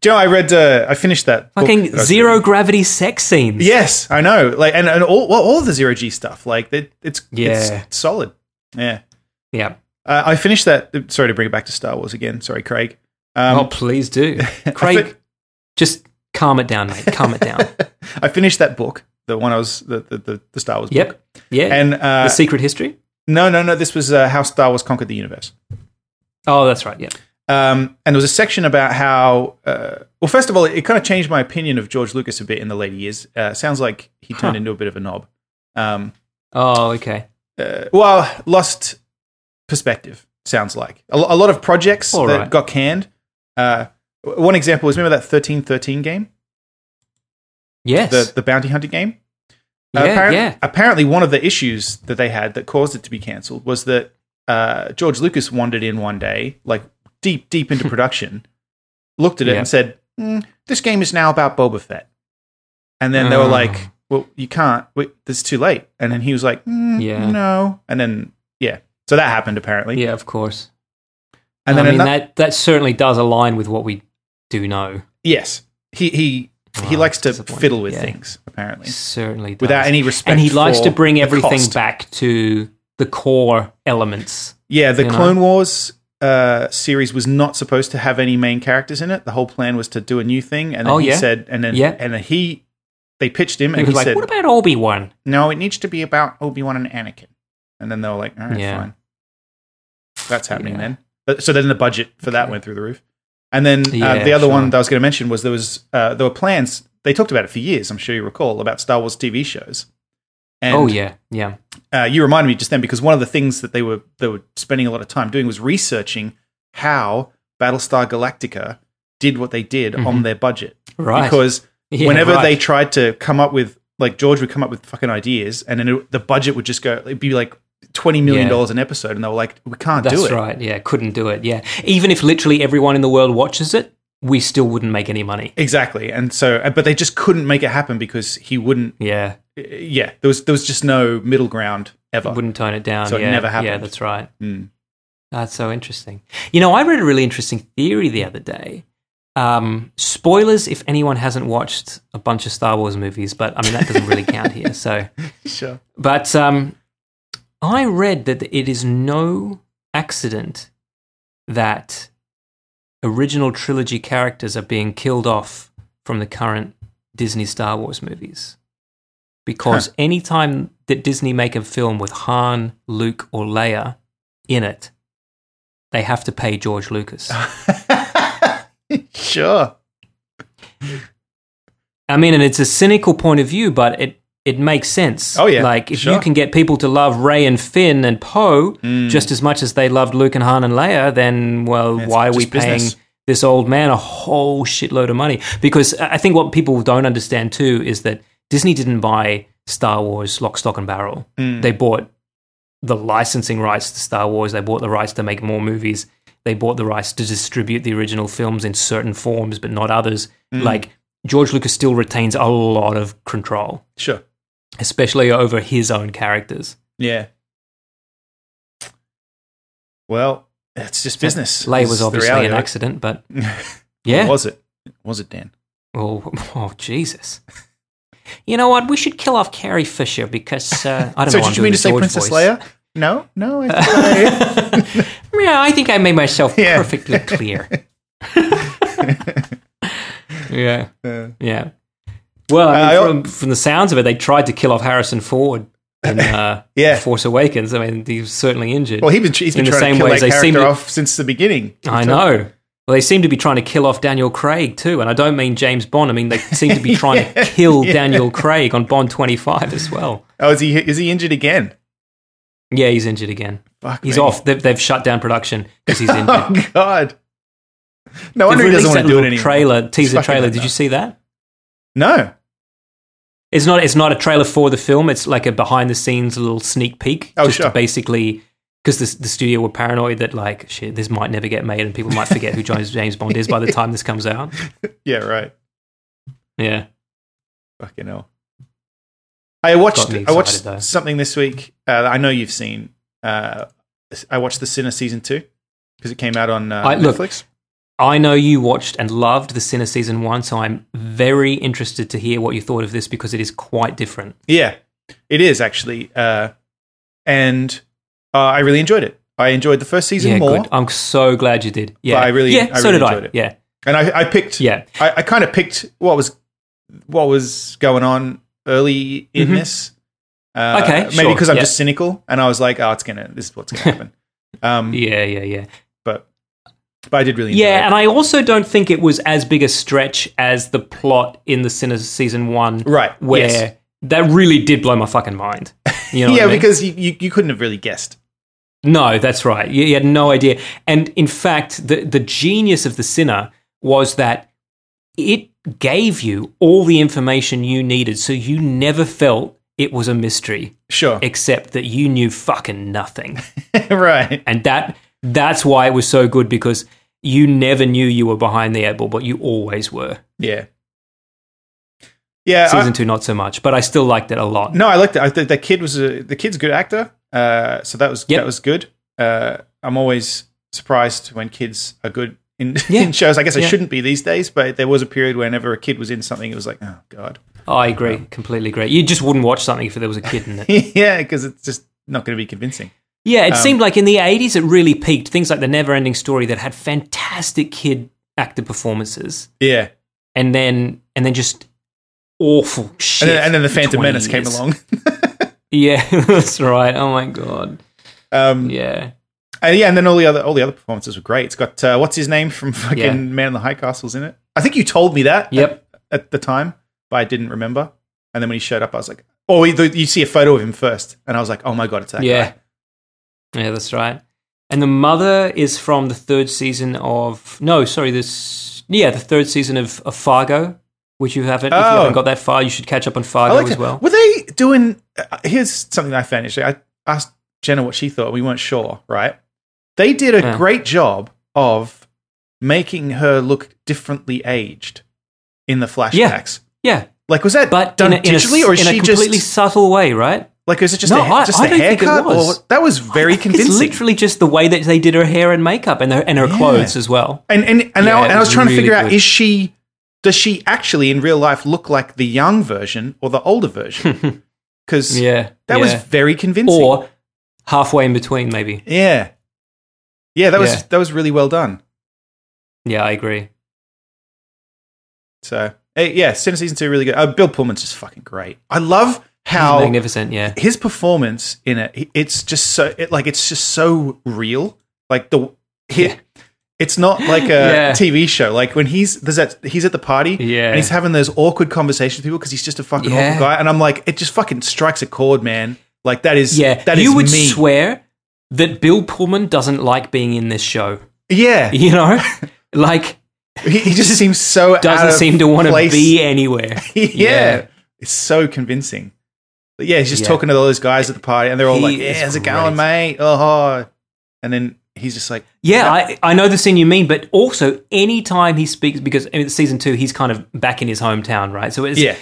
Do you know, I read uh, I finished that book
Fucking
that I was
zero
reading.
gravity sex scenes.
Yes, I know. Like and and all well, all of the zero G stuff. Like it, it's
Yeah.
it's solid. Yeah.
yeah.
Uh, I finished that. Sorry to bring it back to Star Wars again. Sorry, Craig. Um,
oh, please do, Craig.
thi-
just calm it down, mate. Calm it down.
I finished that book, the one I was the the, the, the Star Wars book.
yep. Yeah.
And uh,
the secret history.
no, no, no. This was uh, how Star Wars conquered the universe.
Oh, that's right. Yeah.
Um, and there was a section about how. Uh, well, first of all, it, kind of changed my opinion of George Lucas a bit in the later years. Uh, sounds like he turned
Huh.
into a bit of a knob. Um,
Oh, okay.
uh, well, lost perspective. Sounds like a, lo- a lot of projects
All
that
right.
got canned. Uh, w- one example was remember that thirteen thirteen game,
Yes.
the the bounty hunter game.
yeah.
apparent-
yeah.
apparently, one of the issues that they had that caused it to be cancelled was that uh, George Lucas wandered in one day, like deep, deep into production, looked at it
Yeah.
and said, "Mm, "This game is now about Boba Fett." And then they were
Oh.
like, "Well, you can't. Wait, this is too late." And then he was like, "Mm,
Yeah.
"No." And then yeah, so that happened apparently.
Yeah. Of course.
And then
I mean
ano-
that that certainly does align with what we do know.
yes, he he he
Wow,
likes to
that's disappointing.
fiddle with
Yeah.
things apparently
Certainly does.
without any respect.
and he likes
for
to bring
the
everything
cost.
back to the core elements.
Yeah, the
You know?
Clone Wars uh, series was not supposed to have any main characters in it. The whole plan was to do a new thing, and then
Oh,
he
yeah.
said, and then
Yeah.
and then he they pitched him,
He
and
was
he
like,
said,
"What about Obi Wan?"
"No, it needs to be about Obi Wan and Anakin." And then they were like, "All right,
Yeah.
fine, that's happening
Yeah.
then." But- So then the budget for that
Okay.
went through the roof, and then uh,
Yeah,
the other
sure.
one that I was going to mention was there was uh, there were plans they talked about it for years. I'm sure you recall about Star Wars TV shows. And,
Oh yeah, yeah.
uh, you reminded me just then because one of the things that they were they were spending a lot of time doing was researching how Battlestar Galactica did what they did on their budget.
Mm-hmm. Right.
Because
Yeah,
whenever
right.
they tried to come up with like George would come up with fucking ideas, and then it, the budget would just go it'd be like twenty million
Yeah.
dollars an episode, and they were like, we can't
That's
do it.
right. Yeah, couldn't do it. Yeah, even if literally everyone in the world watches it, we still wouldn't make any money.
Exactly, and so, uh, but they just couldn't make it happen because he wouldn't. uh,
Yeah,
Yeah, there was there was just no middle ground ever.
wouldn't tone it down.
So it
yeah,
never
Yeah,
happened.
that's right.
Mm.
That's so interesting. You know, I read a really interesting theory the other day. Um, spoilers if anyone hasn't watched a bunch of Star Wars movies, but I mean that doesn't really count here. So
Sure.
But um, I read that it is no accident that original trilogy characters are being killed off from the current Disney Star Wars movies. Because any time that Disney make a film with Han, Luke, or Leia in it, they have to pay George Lucas.
Sure.
I mean, and it's a cynical point of view, but it it makes sense.
Oh, yeah.
like if
Sure. Hmm.
you can get people to love Ray and Finn and Poe just as much as they loved Luke and Han and Leia, then well,
It's
why are we
just business.
paying this old man a whole shitload of money? Because I I think what people don't understand too is that Disney didn't buy Star Wars lock, stock, and barrel.
Mm.
They bought the licensing rights to Star Wars. They bought the rights to make more movies. They bought the rights to distribute the original films in certain forms, but not others.
Mm.
Like George Lucas still retains a lot of control,
Sure.
especially over his own characters.
Yeah. Well, it's just business.
Leia
It's
was
the
obviously
reality
an
of it.
accident, but yeah.
Was it? Was it Dan?
Oh, oh, Jesus. You know what? We should kill off Carrie Fisher because uh, I don't
So
know.
did you mean to say Princess Leia? No, no. I think
Leia? yeah, I think I made myself
Yeah.
perfectly clear. yeah,
Uh,
yeah. Well, I
Uh, I-
mean, from, from the sounds of it, they tried to kill off Harrison Ford in uh,
Yeah.
Force Awakens. I mean, he was certainly injured.
well, he's been he's been
In the
trying
same
to kill
way
that
as they
character
seem to-
off since the beginning.
I know. Well, they seem to be trying to kill off Daniel Craig too, and I don't mean James Bond. I mean they seem to be trying to
Yeah,
kill
yeah.
Daniel Craig on Bond twenty five as well.
Oh, is he is he injured again?
Yeah, he's injured again.
Fuck
He's
me.
off. They've, they've shut down production because he's injured.
Oh God.
They've
No wonder he
released
doesn't want
that
to do it
little
anymore.
trailer, teaser
fucking
trailer.
like
Did
that.
you see that?
No.
It's not. It's not a trailer for the film. It's like a behind the scenes little sneak peek.
Oh,
just to
sure.
Basically, because the, the studio were paranoid that like shit, this might never get made, and people might forget who James James Bond is by the time this comes out.
Yeah. Right.
Yeah.
Fucking hell. I watched.
Got me
I watched
excited, though.
something this week uh, that I know you've seen. Uh, I watched The Sinner season two because it came out on uh,
I- look,
Netflix.
I know you watched and loved The Sinner season one, so I'm very interested to hear what you thought of this because it is quite different.
Yeah, it is actually, uh, and uh, I really enjoyed it. I enjoyed the first season
yeah,
more,
good. I'm so glad you did. Yeah,
I really-
yeah.
I
so
really
did I.
enjoyed it.
Yeah,
and I, I picked.
yeah.
I, I kind of picked what was what was going on early in this. Uh,
Mm-hmm. Okay,
maybe
sure,
because I'm
yeah.
just cynical, and I was like, "Oh, it's gonna. This is what's gonna happen." um,
Yeah, yeah, yeah.
but but I did really. Enjoy
Yeah,
it.
and I also don't think it was as big a stretch as the plot in The Sinner season one,
Right,
Where
yes.
that really did blow my fucking mind. You know what
yeah,
I mean?
because you, you, you couldn't have really guessed.
No, that's right. You, you had no idea. And in fact, the, the genius of The Sinner was that it gave you all the information you needed. So you never felt it was a mystery,
Sure,
except that you knew fucking nothing.
right?
And that that's why it was so good because you never knew you were behind the eight ball, but you always were.
Yeah, yeah. I-
Season two, not so much, but I still liked it a lot.
No, I liked it. I think the kid was a, the kid's a good actor. Uh, so that was
Yep.
that was good. Uh, I'm always surprised when kids are good in,
Yeah.
in shows. I guess I
Yeah.
shouldn't be these days, but there was a period whenever a kid was in something, it was like, oh god,
I agree, completely agree. You just wouldn't watch something if there was a kid in it.
yeah, because it's just not going to be convincing.
Yeah,
Um,
it seemed like in the 80s it really peaked. Things like The Neverending Story that had fantastic kid actor performances
Yeah,
and then and then just awful shit.
and then, and then the
for
Phantom
20
Menace came
years.
along.
Yeah, that's right. Oh my god.
Um,
Yeah.
and yeah, and then all the other all the other performances were great. It's got uh, what's his name from fucking
Yeah.
Man in the High Castle's in it. I think you told me that.
Yep.
at, at the time, but I didn't remember. And then when he showed up, I was like, "Oh, you, you see a photo of him first. and I was like, "Oh my god, it's that
Yeah.
guy."
Yeah, that's right. And the mother is from the third season of no, sorry, this yeah, the third season of, of Fargo, which you haven't if you
Oh.
haven't got that far, you should catch up on
I
Fargo
liked
as
it.
well.
Were they doing? Uh, here's something I found interesting. I asked Jenna what she thought. We weren't sure, right? They did a
Yeah.
great job of making her look differently aged in the flashbacks.
Yeah.
Like, was that
But
done
in a, in a,
digitally, or is
in a
she
completely
just
subtle way, right?
like, is it just
No,
a,
I-
just
I
a
don't think it
haircut?
was.
Or that was very
I think
convincing.
It's literally just the way that they did her hair and makeup and her, and her
Yeah.
clothes as well.
And and and,
Yeah,
I,
it
and I was
was
trying to
really
figure out
good.
is she does she actually in real life look like the young version or the older version? Because
Yeah.
that was very convincing.
or halfway in between maybe.
yeah, yeah, that was
Yeah.
that was really well done.
Yeah, I agree.
So eh, yeah, Sinner season two really good. Uh, Bill Pullman's just fucking great. I love how
Magnificent, yeah.
his performance in it he- it's just so it, like it's just so real like the he,
Yeah.
it's not like a
Yeah.
tv show like when he's there's that he's at the party
Yeah.
and he's having those awkward conversations with people because he's just a fucking
Yeah.
awkward guy and i'm like it just fucking strikes a chord man like that is
Yeah.
that is
you would
me
swear that Bill Pullman doesn't like being in this show.
yeah
You know? like
he, he just seems so out
doesn't
of
seem to want to
place.
be anywhere.
yeah.
Yeah.
it's so convincing but yeah he's just
Yeah.
talking to all those guys at the party and they're all
He
like
is
yeah how's it
great.
going mate oh and then he's just like
Yeah, I, I know the scene you mean, but also anytime he speaks, because in season two, he's kind of back in his hometown, right? So it's,
yeah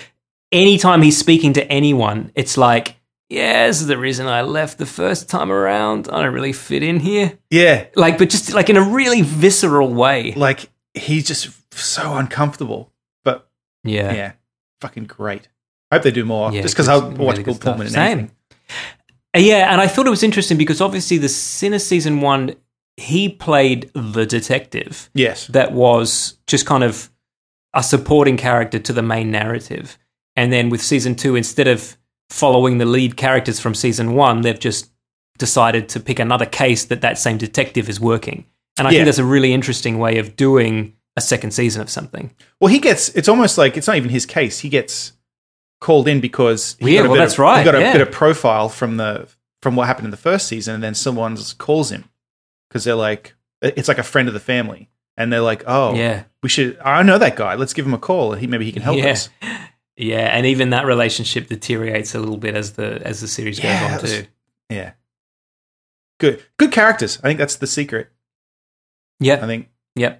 anytime he's speaking to anyone, it's like, yeah, this is the reason I left the first time around. I don't really fit in here.
yeah
Like, but just like in a really visceral way.
like he's just so uncomfortable. But
Yeah.
yeah, fucking great. I hope they do more.
Yeah,
just because
good-
I'll watch
really
Bill
good stuff.
Pullman and
Same.
anything.
Uh, Yeah, and I thought it was interesting because obviously the Sinner season one, he played the detective
Yes.
that was just kind of a supporting character to the main narrative. And then with season two, instead of following the lead characters from season one, they've just decided to pick another case that that same detective is working. And I
Yeah.
think that's a really interesting way of doing a second season of something.
Well, he gets. It's almost like it's not even his case. He gets called in because he
Yeah,
got a
well,
bit
that's
of,
right,
He got a
yeah.
bit of profile from the from what happened in the first season, and then someone calls him because they're like, it's like a friend of the family, and they're like, oh,
Yeah.
we should. I know that guy. Let's give him a call. He maybe he can help
yeah.
us.
Yeah, and even that relationship deteriorates a little bit as the as the series
Yeah,
goes
that
on
was-
too.
Yeah, good, good characters. I think that's the secret. I
Yeah,
think
yeah,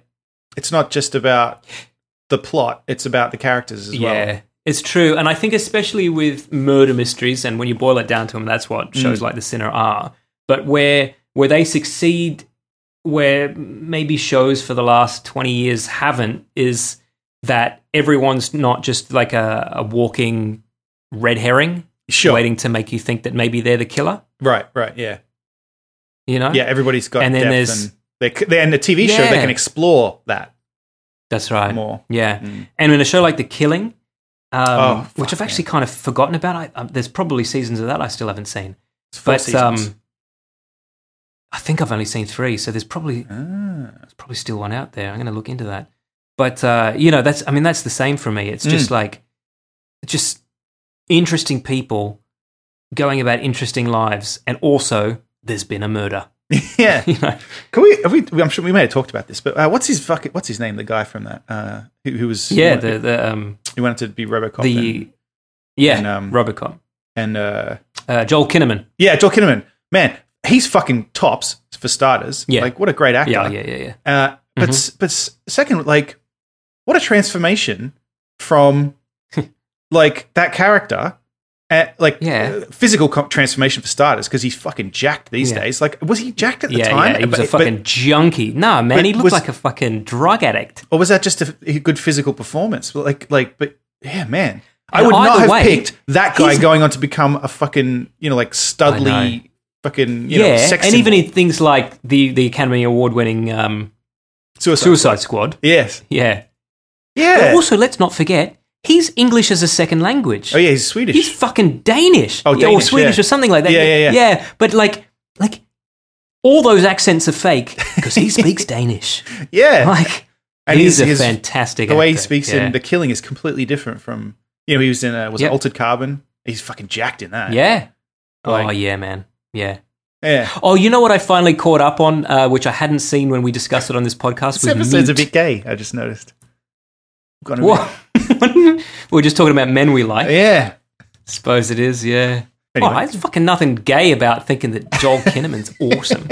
it's not just about the plot; it's about the characters as well.
yeah. It's true, and I think especially with murder mysteries, and when you boil it down to them, that's what
Mm.
shows like The Sinner are. But where where they succeed, where maybe shows for the last twenty years haven't, is that everyone's not just like a, a walking red herring,
Sure.
waiting to make you think that maybe they're the killer.
Right. Right. Yeah.
You know?
Yeah. Everybody's got
And then
depth
there's-
and they, they and the TV show they
Yeah.
can explore that
that's right.
more.
Yeah, and in a show like The Killing, um,
Mm. Oh, fuck,
which I've actually kind of forgotten about, I, um, there's probably seasons of that I still haven't seen.
It's four
But
seasons.
um, I think I've only seen three, so there's probably
Ah.
there's probably still one out there. I'm going to look into that. But uh, you know, that's I mean, that's the same for me. It's
Mm.
just like just interesting people going about interesting lives, and also there's been a murder.
yeah.
You know,
Can we, have we? I'm sure we may have talked about this, but uh, what's his fucking, What's his name? The guy from that uh, who, who was
yeah,
who,
the the um,
who wanted to be Robocop and,
the yeah,
and, um,
Robocop,
and uh,
uh, Joel Kinnaman.
yeah, Joel Kinnaman. Man, he's fucking tops for starters.
Yeah.
like what a great actor.
Yeah, yeah, yeah, yeah.
Uh,
Mm-hmm.
but s but s- second, like, what a transformation from like that character, at, like
Yeah.
uh, physical com- transformation for starters, because he's fucking jacked these
Yeah.
days. Like, was he jacked at the
yeah,
time?
Yeah, he was
But-
a
but-
fucking junkie. No, man,
but
he looked
was-
like a fucking drug addict.
or was that just a, a good physical performance? Well, Like, like, but yeah, man, I
And
would not
either
have
way,
picked that guy
he's-
going on to become a fucking you know like
I know.
studly fucking you
Yeah,
know sex
and even
symbol.
in things like the the Academy Award winning um,
suicide.
Suicide Squad.
Yes,
Yeah.
yeah.
But also, let's not forget, he's English as a second language.
oh yeah, he's Swedish.
He's fucking Danish.
Oh,
Yeah, Or
Danish,
Swedish
yeah.
or something like that.
Yeah, yeah, yeah.
Yeah, but like, like, all those accents are fake because he speaks Danish.
yeah,
Like,
And
he's,
his-
a
his-
fantastic
the way he
actor.
speaks
yeah.
in The Killing is completely different from you know he was in uh, was it
Yeah.
Altered Carbon. He's fucking jacked in that.
Yeah. oh,
Like-
yeah, man. Yeah.
yeah.
Oh, you know what I finally caught up on, uh, which I hadn't seen when we discussed it on this podcast.
This
Was
episode's a
Mute.
bit gay. I just noticed. Got a bit-
What? we were just talking about men we like.
yeah.
Suppose it is, yeah.
Anyway.
All right, there's fucking nothing gay about thinking that Joel Kinnaman's awesome.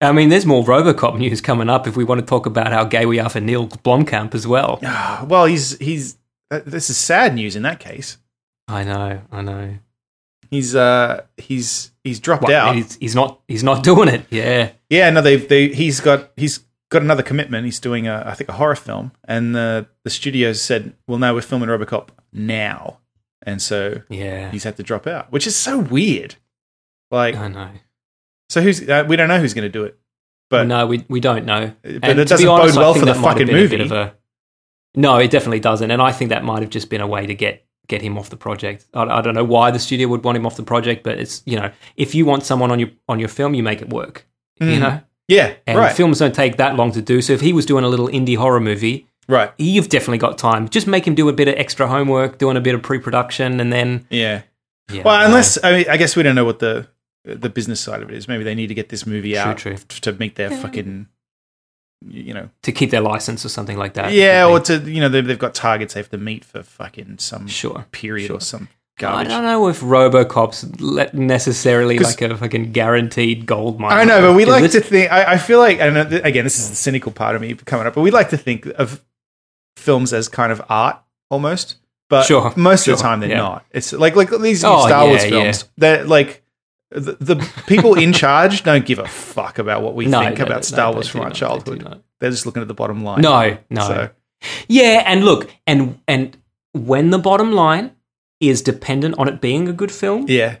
I mean, there's more RoboCop news coming up if we want to talk about how gay we are for Neil Blomkamp as well.
Ah, Well, he's he's. Uh, this is sad news in that case.
I know, I know.
He's uh he's he's dropped
What,
out.
he's, he's not, he's not doing it. Yeah,
yeah, no, they've they he's got he's got another commitment. He's doing a I think a horror film, and the the studios said, well, no, we're filming RoboCop now, and so
yeah.
he's had to drop out, which is so weird. Like,
I know.
so who's uh, we don't know who's going to do it, but
no, we we don't know.
But
And
it
to be
doesn't bode
honest, I
well
think
for the
that might have
fucking
been a bit
movie.
of a- no, it definitely doesn't. And I think that might have just been a way to get get him off the project. I, I don't know why the studio would want him off the project, but it's you know, if you want someone on your on your film, you make it work. You
Mm.
know,
yeah,
and
right,
films don't take that long to do. So if he was doing a little indie horror movie,
right,
you've definitely got time. Just make him do a bit of extra homework, doing a bit of pre production, and then
yeah.
yeah, I don't
Well,
know.
unless I mean, I guess we don't know what the the business side of it is. Maybe they need to get this movie out
true.
to meet their fucking, you know,
to keep their license or something like that.
yeah,
Could
or
be.
to you know they've, they've got targets they have to meet for fucking some
sure.
period or some
I
garbage.
don't know if RoboCop's le- necessarily
'Cause-
like a fucking guaranteed gold mine.
I know, but we
Is
like
it-
to think. I, I feel like, I don't know. th- Again, this is the cynical part of me coming up, but we like to think of films as kind of art almost. But
Sure,
most of the
sure,
time, they're
yeah.
not. It's like like these new
Oh,
Star Wars
yeah,
films. They're like the, the people in charge don't give a fuck about what we
No,
think
no,
about
no,
Star
they
Wars
do
from our
not, they do
childhood.
not.
They're just looking at the bottom line.
No, no.
So-
Yeah, and look, and and when the bottom line is dependent on it being a good film,
yeah,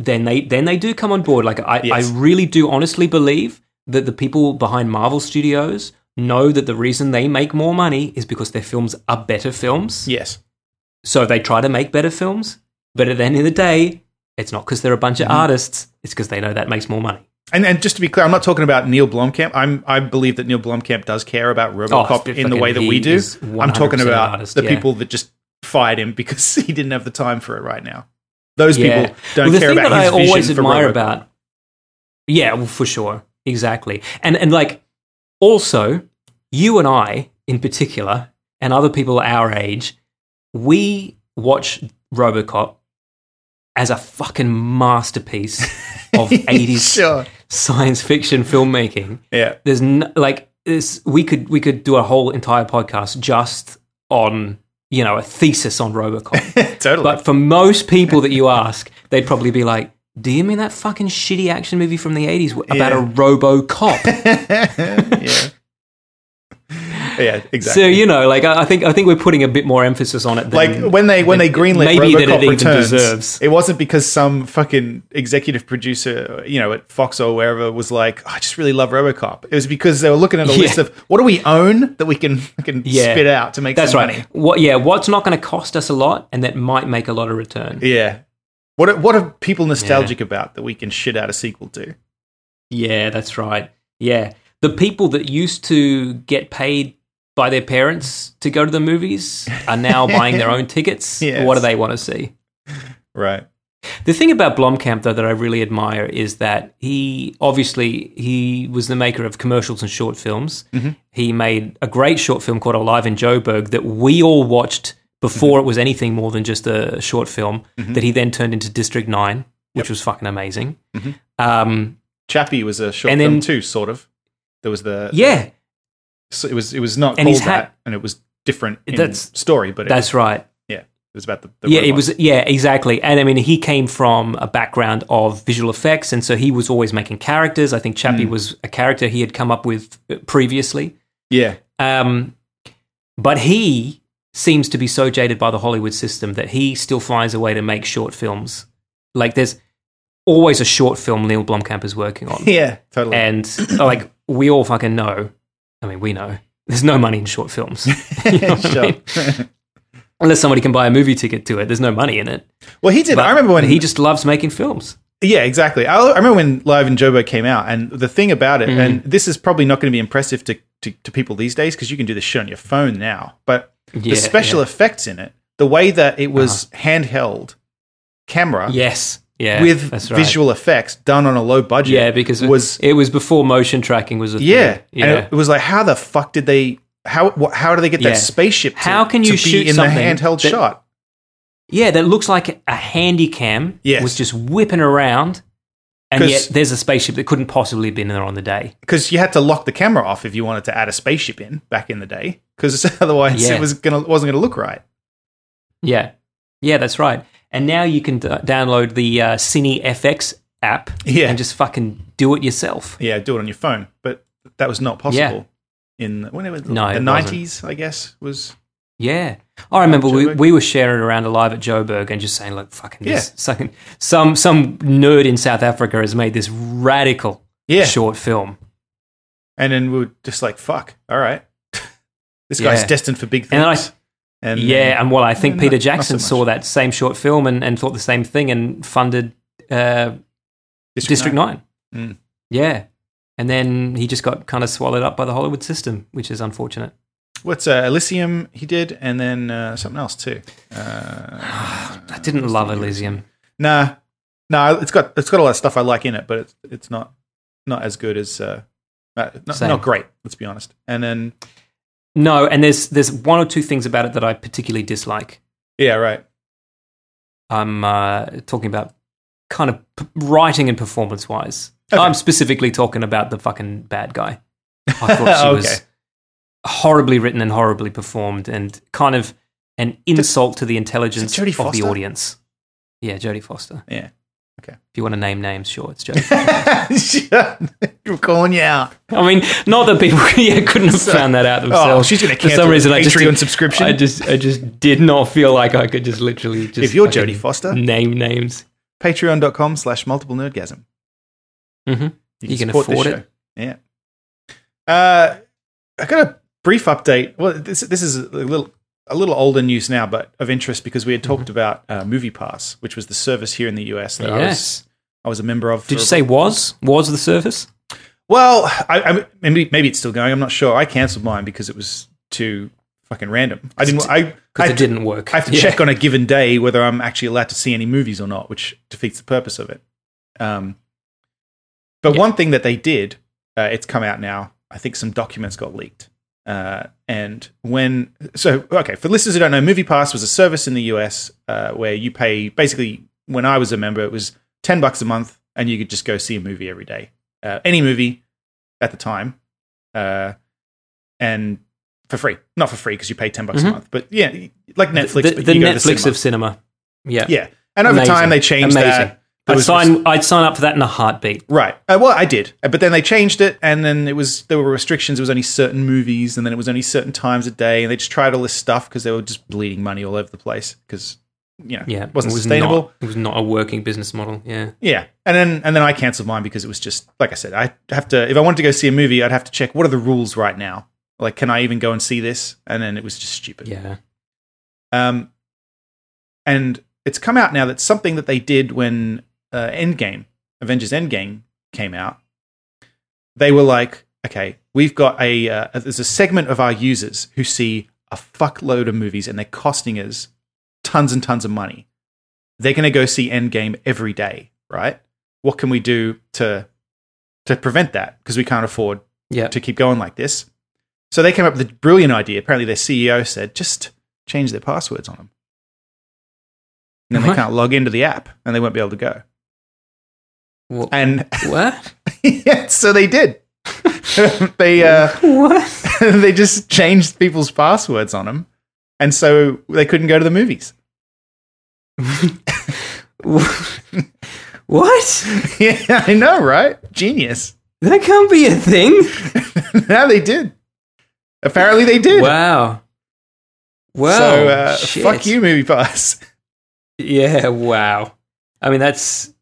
then they then they do come on board. Like I,
Yes.
I really do honestly believe that the people behind Marvel Studios know that the reason they make more money is because their films are better films.
yes,
So they try to make better films, but at the end of the day, it's not because they're a bunch
Mm-hmm.
of artists. It's because they know that makes more money.
And, and just to be clear, I'm not talking about Neil Blomkamp. I'm I believe that Neil Blomkamp does care about RoboCop
Oh,
in the way that
fucking
we
he
do.
is
I'm talking
100%
about
an artist,
the
yeah.
people that just fired him because he didn't have the time for it right now. Those
Yeah.
people don't
Well, the
care
thing
about
that
his
I always
vision for
admire
RoboCop.
about Yeah, well, for sure, exactly. And and like also, you and I in particular, and other people our age, we watch RoboCop as a fucking masterpiece of eighties
Sure.
science fiction filmmaking.
Yeah.
There's n- like this. We could we could do a whole entire podcast just on you know a thesis on RoboCop.
Totally.
But for most people that you ask, they'd probably be like, "Do you mean that fucking shitty action movie from the '80s w- about
Yeah.
a RoboCop?"
yeah. yeah, exactly.
so you know, like I I think I think we're putting a bit more emphasis on it. Than,
like when they when they
than-
greenlit
maybe
RoboCop
that it even
Returns,
deserves.
it wasn't because some fucking executive producer, you know, at Fox or wherever, was like, "Oh, "I just really love RoboCop." It was because they were looking at a
Yeah.
list of what do we own that we can can
Yeah.
spit out to make
That's
some
right.
money.
What? Yeah. What's not going to cost us a lot, and that might make a lot of return.
Yeah. What are, what are people nostalgic about that we can shit out a sequel to?
Yeah, that's right. Yeah. The people that used to get paid by their parents to go to the movies are now buying their own tickets.
Yes.
What do they want to see?
Right.
The thing about Blomkamp, though, that I really admire is that he obviously he was the maker of commercials and short films. He made a great short film called Alive in Joburg that we all watched before it was anything more than just a short film. That he then turned into District Nine, which was fucking amazing. Um,
Chappie was a short
And
film
then-
too, sort of. There was the
yeah,
so it was it was not
And
called
he's had-
that, and it was different in
That's-
story, but it,
that's right.
yeah, it was about the, the
yeah, it
robot.
was. Yeah, exactly. And I mean, he came from a background of visual effects, and so he was always making characters. I think Chappie
Hmm.
was a character he had come up with uh, previously.
yeah,
Um, but he seems to be so jaded by the Hollywood system that he still finds a way to make short films. Like there's always a short film Neil Blomkamp is working on,
yeah, totally.
and uh, like we all fucking know. I mean, we know there's no money in short films. You know what I
Sure.
mean? Unless somebody can buy a movie ticket to it, there's no money in it.
well, he did.
But
I remember when
he just loves making films.
Yeah, exactly. I, I remember when Live in Joburg came out, and the thing about it, and
Mm-hmm.
this is probably not going to be impressive to, to, to people these days because you can do this shit on your phone now. But
Yeah,
the special
yeah.
effects in it, the way that it was handheld camera
Yes, yeah,
with
that's right.
visual effects done on a low budget,
Yeah, because it
was
was it was before motion tracking was a thing.
yeah, and
yeah.
it, it was like how the fuck did they how wh- how do they get
Yeah.
that spaceship? To,
How can you
to
shoot
be in
something
the handheld
that-
shot?
Yeah, that looks like a handy cam
Yes.
was just whipping around, and
'Cause-
yet there's a spaceship that couldn't possibly have been there on the day.
because you had to lock the camera off if you wanted to add a spaceship in back in the day, because otherwise
Yeah.
it was gonna wasn't gonna look right.
Yeah, yeah, that's right. And now you can d- download the uh, Cine FX app
Yeah.
and just fucking do it yourself.
Yeah, do it on your phone, but that was not possible in when it was
No,
the
it wasn't.
nineties. I guess was
Yeah. I remember we,
Joburg.
we were sharing around alive at Joburg and just saying, look, fucking
Yeah.
this. Fucking, some, some nerd in South Africa has made this radical
yeah.
short film.
And then we were just like, "Fuck, all right, this guy's
Yeah.
destined for big
And I-
things." And,
yeah. And well, I think
Mm. Yeah,
Peter
not- not so
Jackson
much.
saw that same short film and, and thought the same thing and funded uh, District 9.
Mm.
Yeah. And then he just got kind of swallowed up by the Hollywood system, which is unfortunate.
What's uh, Elysium? He did, and then uh, something else too. Uh,
I didn't love Elysium.
nah, nah, it's got it's got a lot of stuff I like in it, but it's it's not not as good as uh, uh, not,
Same.
not great. Let's be honest. And then
No, and there's there's one or two things about it that I particularly dislike.
yeah, right.
I'm uh, talking about kind of p- writing and performance wise.
Okay.
I'm specifically talking about the fucking bad guy. I thought she
Okay.
was horribly written and horribly performed and kind of an insult to the intelligence
Jodie
of the
Foster?
audience. Yeah, Jodie Foster.
Yeah.
If you want to name names, sure, it's Jodie.
We're calling you out.
I mean, not that people yeah, couldn't have found that out themselves.
oh, she's gonna
For some
cancel
reason, I just
Patreon
did-
subscription.
I just, I just did not feel like I could just literally just.
If you're
fucking
Jodie Foster.
name names.
Patreon.com slash multiple nerdgasm.
hmm You can afford it.
Yeah. Uh, I got a brief update. Well, this this is a little a little older news now, but of interest because we had talked
Mm-hmm.
about uh, Movie Pass, which was the service here in the US that I was
Yes.
I was a member of.
Did
for-
you say was was the service?
Well, I, I maybe maybe it's still going. I'm not sure. I cancelled mine because it was too fucking random. I didn't. I I
Because it didn't work.
I have to
Yeah.
check on a given day whether I'm actually allowed to see any movies or not, which defeats the purpose of it. Um, But one thing that they did, uh, it's come out now. I think some documents got leaked. Uh, and when, so, okay, for listeners who don't know, MoviePass was a service in the US uh, where you pay basically, when I was a member, it was 10 bucks a month and you could just go see a movie every day, uh, any movie at the time. Uh, and for free, not for free because you pay 10 bucks a month, but yeah, like Netflix.
Mm-hmm. the
but
the
you go to
Netflix
cinema.
of cinema. Yeah.
Yeah. And over
Amazing.
time, they changed
Amazing.
that. There
I'd
was-
sign, I'd sign up for that in a heartbeat.
Right. Uh, well, I did, Uh, but then they changed it, and then it was there were restrictions. It was only certain movies, and then it was only certain times a day, and they just tried all this stuff because they were just bleeding money all over the place because you know
Yeah.
it wasn't
it was
sustainable.
Not, it was not a working business model. Yeah.
Yeah, and then and then I cancelled mine because it was just like I said, I have to if I wanted to go see a movie, I'd have to check what are the rules right now. Like, can I even go and see this? And then it was just stupid.
Yeah.
Um, and it's come out now that something that they did when uh, Endgame, Avengers Endgame, came out, they were like, okay, we've got a uh, there's a segment of our users who see a fuckload of movies and they're costing us tons and tons of money. They're going to go see Endgame every day, right? What can we do to to prevent that? Because we can't afford
Yeah.
to keep going like this. So they came up with a brilliant idea. Apparently, their CEO said, just change their passwords on them. And then
What?
they can't log into the app and they won't be able to go.
Wha-
And
what?
yeah, so they did. they uh,
What?
they just changed people's passwords on them. And so they couldn't go to the movies.
what?
yeah, I know, right? Genius.
That can't be a thing.
now they did. Apparently, they did.
Wow. Wow.
so uh,
Shit.
fuck you, Movie Pass.
Yeah. Wow. I mean, that's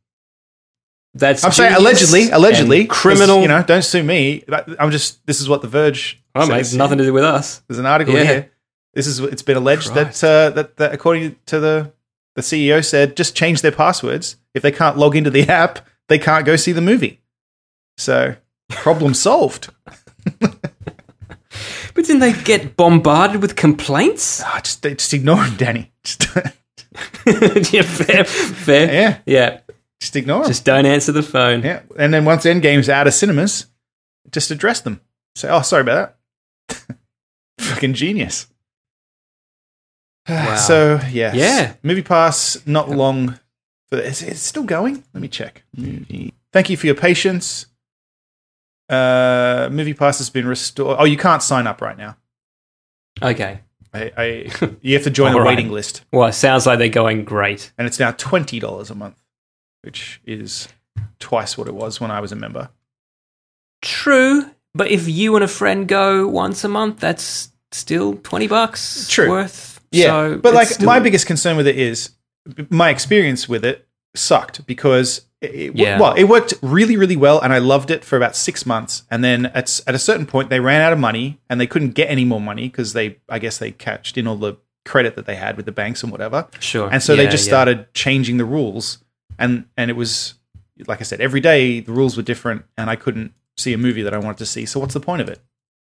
that's.
I'm saying
genius
allegedly,
and
allegedly, 'cause,
criminal.
You know, don't sue me. That- I'm just. This is what the Verge.
Oh, mate,
says.
it's nothing to do with us.
There's an article
Yeah.
here. This is. It's been alleged
Christ.
that, uh, that that according to the the CEO said, just change their passwords. If they can't log into the app, they can't go see the movie. So problem solved.
But didn't they get bombarded with complaints?
Ah, just just ignore him, Danny. Just,
yeah, fair, fair.
Yeah.
yeah.
just ignore him.
Just don't answer the phone.
Yeah. And then once Endgame's out of cinemas, just address them. Say, oh, sorry about that. Fucking genius.
Wow.
So, yes.
Yeah.
Movie Pass, not long. But it's, it's still going. Let me check. Movie. Thank you for your patience. Uh, Movie Pass has been restored. Oh, you can't sign up right now.
Okay.
I, I you have to join the
All right.
waiting list,
Well, it sounds like they're going great.
and it's now twenty dollars a month, which is twice what it was when I was a member.
True, but if you and a friend go once a month, that's still twenty bucks
True.
worth.
Yeah,
so
but
it's
like
still-
my biggest concern with it is b- my experience with it sucked because it, it, w-
Yeah.
well, it worked really, really well, and I loved it for about six months, and then at s- at a certain point they ran out of money and they couldn't get any more money because they, I guess, they cashed in all the credit that they had with the banks and whatever,
sure,
and so they
Yeah,
just
yeah.
started changing the rules, and and it was like I said, every day the rules were different, and I couldn't see a movie that I wanted to see. So what's the point of it?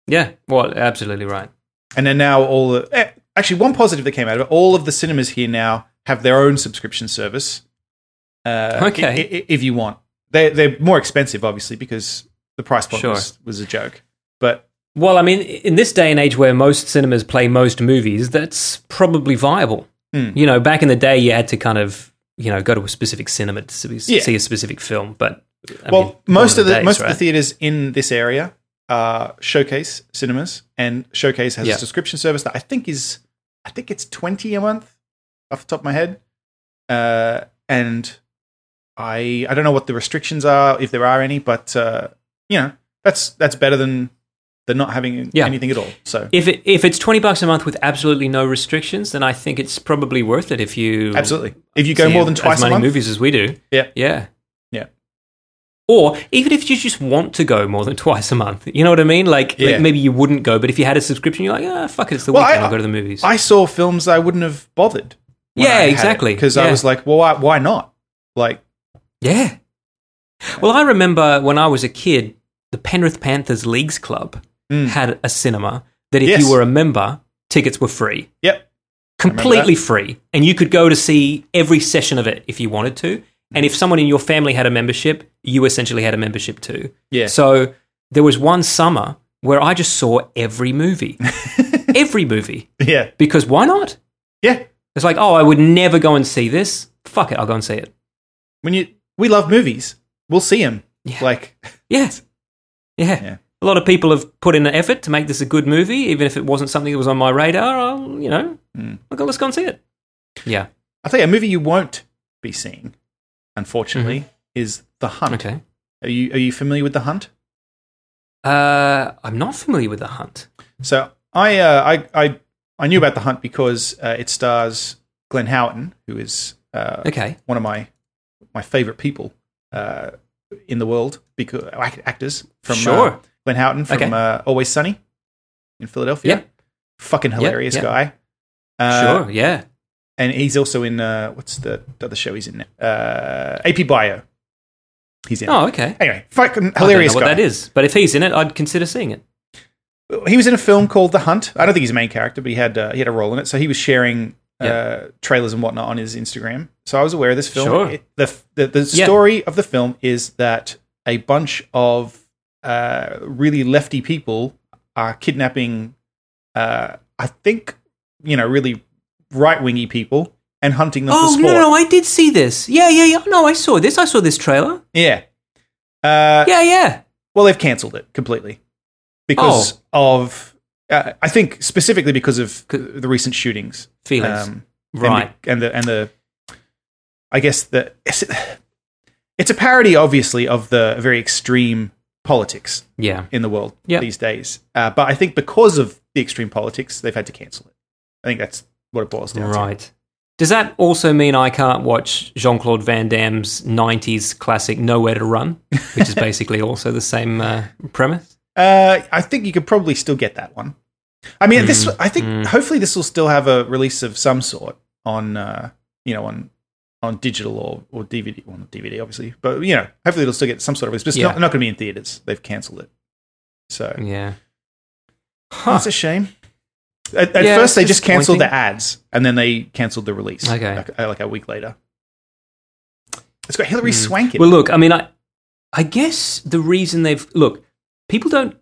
Yeah, well, absolutely right.
And then now all the eh, actually one positive that came out of it, all of the cinemas here now have their own subscription service. Uh,
Okay.
i- i- i- if you want, they they're more expensive, obviously, because the price point
Sure.
was, was a joke. But
Well, I mean, in this day and age where most cinemas play most movies, that's probably viable.
Hmm.
You know, back in the day, you had to kind of you know go to a specific cinema to see,
Yeah.
see a specific film, but I
well,
mean,
most
gone are
of the
days,
most of
right?
the theaters in this area are Showcase cinemas, and Showcase has
Yeah.
a subscription service that I think is I think it's twenty a month off the top of my head, uh, and I I don't know what the restrictions are if there are any, but uh, you know that's that's better than than not having
Yeah.
anything at all. So
if it, if it's twenty bucks a month with absolutely no restrictions, then I think it's probably worth it. If you
absolutely, if you go more than
as
twice a
many
month,
movies as we do.
Yeah.
yeah,
Yeah.
Or even if you just want to go more than twice a month, you know what I mean? Like, like
Yeah.
maybe you wouldn't go, but if you had a subscription, you're like, ah, fuck it, it's the
Well,
weekend,
I-
I'll go to the movies.
I saw films I wouldn't have bothered.
Yeah, exactly.
Because I
Yeah.
was like, well, why, why not? Like,
yeah. Well, I remember when I was a kid, the Penrith Panthers Leagues Club
Mm.
had a cinema that if
Yes.
you were a member, tickets were free.
yep,
completely free and you could go to see every session of it if you wanted to And if someone in your family had a membership, you essentially had a membership too.
Yeah.
So there was one summer where I just saw every movie, every movie,
Yeah.
because why not?
Yeah.
It's like, oh, I would never go and see this. Fuck it, I'll go and see it.
When you we love movies, we'll see them.
Yeah.
Like
Yeah. yeah.
Yeah.
A lot of people have put in an effort to make this a good movie, even if it wasn't something that was on my radar. I'll, you know,
Mm.
I'll go, let's go and see it. Yeah.
I'll tell you a movie you won't be seeing, unfortunately, is The Hunt.
Mm-hmm. Okay.
Are you are you familiar with The Hunt?
Uh, I'm not familiar with The Hunt.
So I uh, I I I knew about The Hunt because uh, it stars Glenn Howerton, who is uh,
Okay.
one of my my favorite people uh, in the world because act- actors from uh,
Sure.
Glenn Houghton from
Okay.
uh, Always Sunny in Philadelphia.
Yeah.
Fucking hilarious
yeah.
guy. Uh,
sure. Yeah.
And he's also in uh, what's the other show he's in? now? Uh, AP Bio. He's in.
Oh, okay.
Anyway, fucking
I don't know
hilarious
what
guy.
that is. But if he's in it, I'd consider seeing it.
He was in a film called The Hunt. I don't think he's a main character, but he had uh, he had a role in it. So he was sharing uh, trailers and whatnot on his Instagram. So I was aware of this film.
Sure.
It- the the, the
Yeah.
story of the film is that a bunch of uh, really lefty people are kidnapping, uh, I think, you know, really right wingy people and hunting them for
Oh,
sport.
no, no, I did see this. Yeah, yeah, yeah. No, I saw this. I saw this trailer.
Yeah. Uh,
Yeah, yeah.
Well, they've cancelled it completely because
Oh.
of uh, I think specifically because of the recent shootings.
Feelings.
Um, and the-
right.
And the, and the I guess the it's, it's a parody, obviously, of the very extreme politics
yeah.
in the world
Yeah.
these days. Uh, but I think because of the extreme politics, they've had to cancel it. I think that's what it boils down to.
Right. Does that also mean I can't watch Jean Claude Van Damme's 90s classic Nowhere to Run, which is basically also the same uh, premise?
Uh, I think you could probably still get that one. I mean, this.
Mm-hmm.
I think hopefully this will still have a release of some sort on, uh, you know, on on digital or or DVD. Well, not DVD, obviously, but you know, hopefully it'll still get some sort of release. But it's
Yeah.
not, not going to be in theaters. They've cancelled it. So
Yeah. Huh.
that's a shame. At, at
Yeah,
first, they
it's
just cancelled the
disappointing.
ads, and then they cancelled the release.
Okay.
like, uh, like a week later. It's got Hilary Swank in.
Hmm. Well,
it.
look, I mean, I, I guess the reason they've look, people don't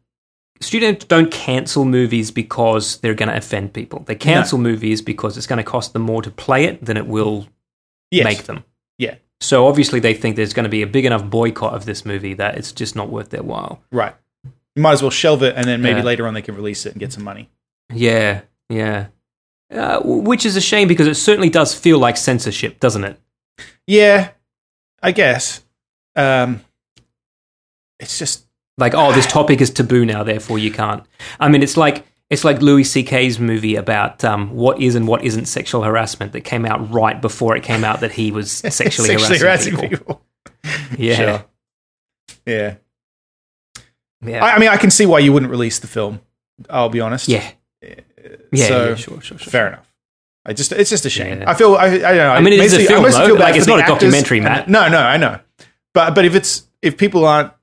students don't cancel movies because they're going to offend people. They cancel movies because it's going to cost them more to play it than it will
Yes.
make them.
Yeah.
So obviously they think there's going to be a big enough boycott of this movie that it's just not worth their while.
Right. You might as well shelve it, and then maybe
Yeah.
later on they can release it and get some money.
Yeah, yeah. Uh, w- which is a shame because it certainly does feel like censorship, doesn't it?
Yeah, I guess. Um, it's just
Like, oh, this topic is taboo now, therefore you can't. I mean, it's like it's like Louis C.K.'s movie about um, what is and what isn't sexual harassment that came out right before it came out that he was sexually, harassing, people. Yeah,
Sure. Yeah,
yeah,
I, I mean, I can see why you wouldn't release the film. I'll be honest.
yeah, yeah,
So-
yeah, Sure, sure, sure.
fair enough. I just, it's just a shame.
Yeah.
I feel, I, I don't know.
I mean, it is a
mostly- I
film,
mostly
though.
feel bad
Like,
for
it's
the
not a
actors.
documentary, Matt.
No, no, I know. But, but if it's, if people aren't,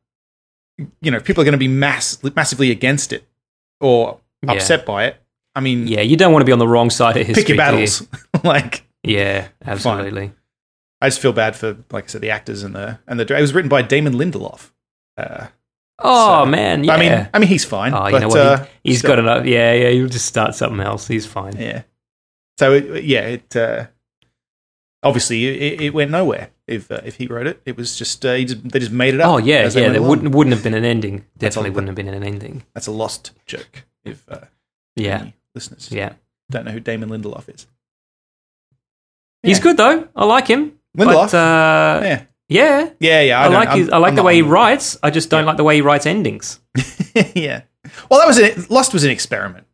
you know, if people are going to be mass, massively against it or
Yeah.
upset by it. I mean,
Yeah, you don't want to be on the wrong side of history.
pick your
do you?
battles. like,
Yeah, absolutely.
I just feel bad for, like I said, the actors and the and the. It was written by Damon Lindelof. Uh,
Oh man, yeah.
I mean, I mean, he's fine.
oh, you
but,
know what?
Uh,
he, has got enough. Yeah, yeah. You'll just start something else. He's fine.
yeah. So it, yeah, it uh, obviously it, it went nowhere. If uh, if he wrote it, it was just uh, he just they just made it up.
Oh yeah,
as they
yeah.
went
There
along.
wouldn't wouldn't have been an ending. Definitely
all.
wouldn't have been an ending.
That's a lost joke. If uh,
Yeah,
any listeners
yeah.
don't know who Damon Lindelof is,
He's
Yeah.
good though. I like him.
Lindelof?
But, uh,
yeah,
yeah.
yeah, yeah.
I,
don't-
like
I'm-
his, I like
I'm
the
not
way he
on-
writes. I just don't like the way he writes endings.
yeah. Well, that was an, Lost was an experiment.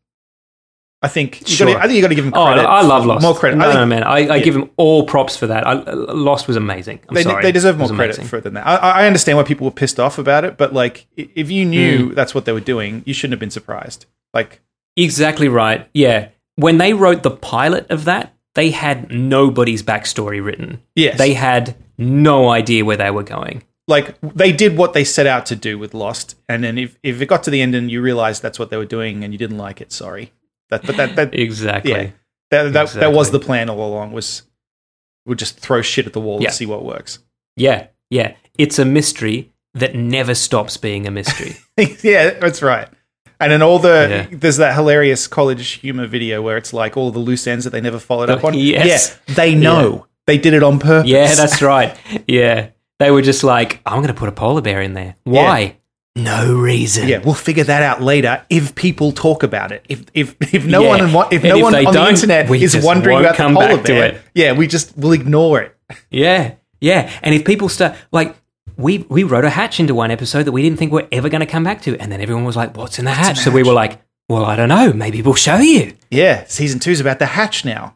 I think you gotta,
Sure.
I think you got to give him
Oh,
credit.
I love Lost.
More credit.
No,
I think
no, man. I, I give him all props for that. I, Lost was amazing. I'm
they,
sorry.
they deserve
It
more
was
credit
amazing.
for it than that. I, I understand why people were pissed off about it, but like, i- if you
Hmm.
knew that's what they were doing, you shouldn't have been surprised. Like,
Exactly right. Yeah. When they wrote the pilot of that, they had nobody's backstory written.
Yes.
They had no idea where they were going.
like they did what they set out to do with Lost, and then if, if it got to the end and you realized that's what they were doing and you didn't like it, sorry. That, but that that
Exactly.
yeah, that, that, that was
Exactly.
the plan all along. Was we'll just throw shit at the wall
Yeah.
and see what works.
Yeah, yeah. It's a mystery that never stops being a mystery.
yeah, that's right. And in all the
Yeah.
there's that hilarious college humor video where it's like all the loose ends that they never followed up on.
yes.
Yeah, they know they did it on purpose.
yeah, that's right. Yeah. They were just like, I'm going to put a polar bear in there. Why? No reason.
yeah. We'll figure that out later if people talk about it. If if if no
Yeah.
one in one, if
And
no
if
one
they
on the
don't,
internet
we
is
just
wondering
won't
about the
come
polar
back to
bear,
it.
yeah, we just will ignore it.
Yeah, yeah. And if people start like we we wrote a hatch into one episode that we didn't think we're ever going to come back to, and then everyone was like, "What's in the hatch?" So we were like, "Well, I don't know. Maybe we'll show you."
Yeah, season two's about the hatch now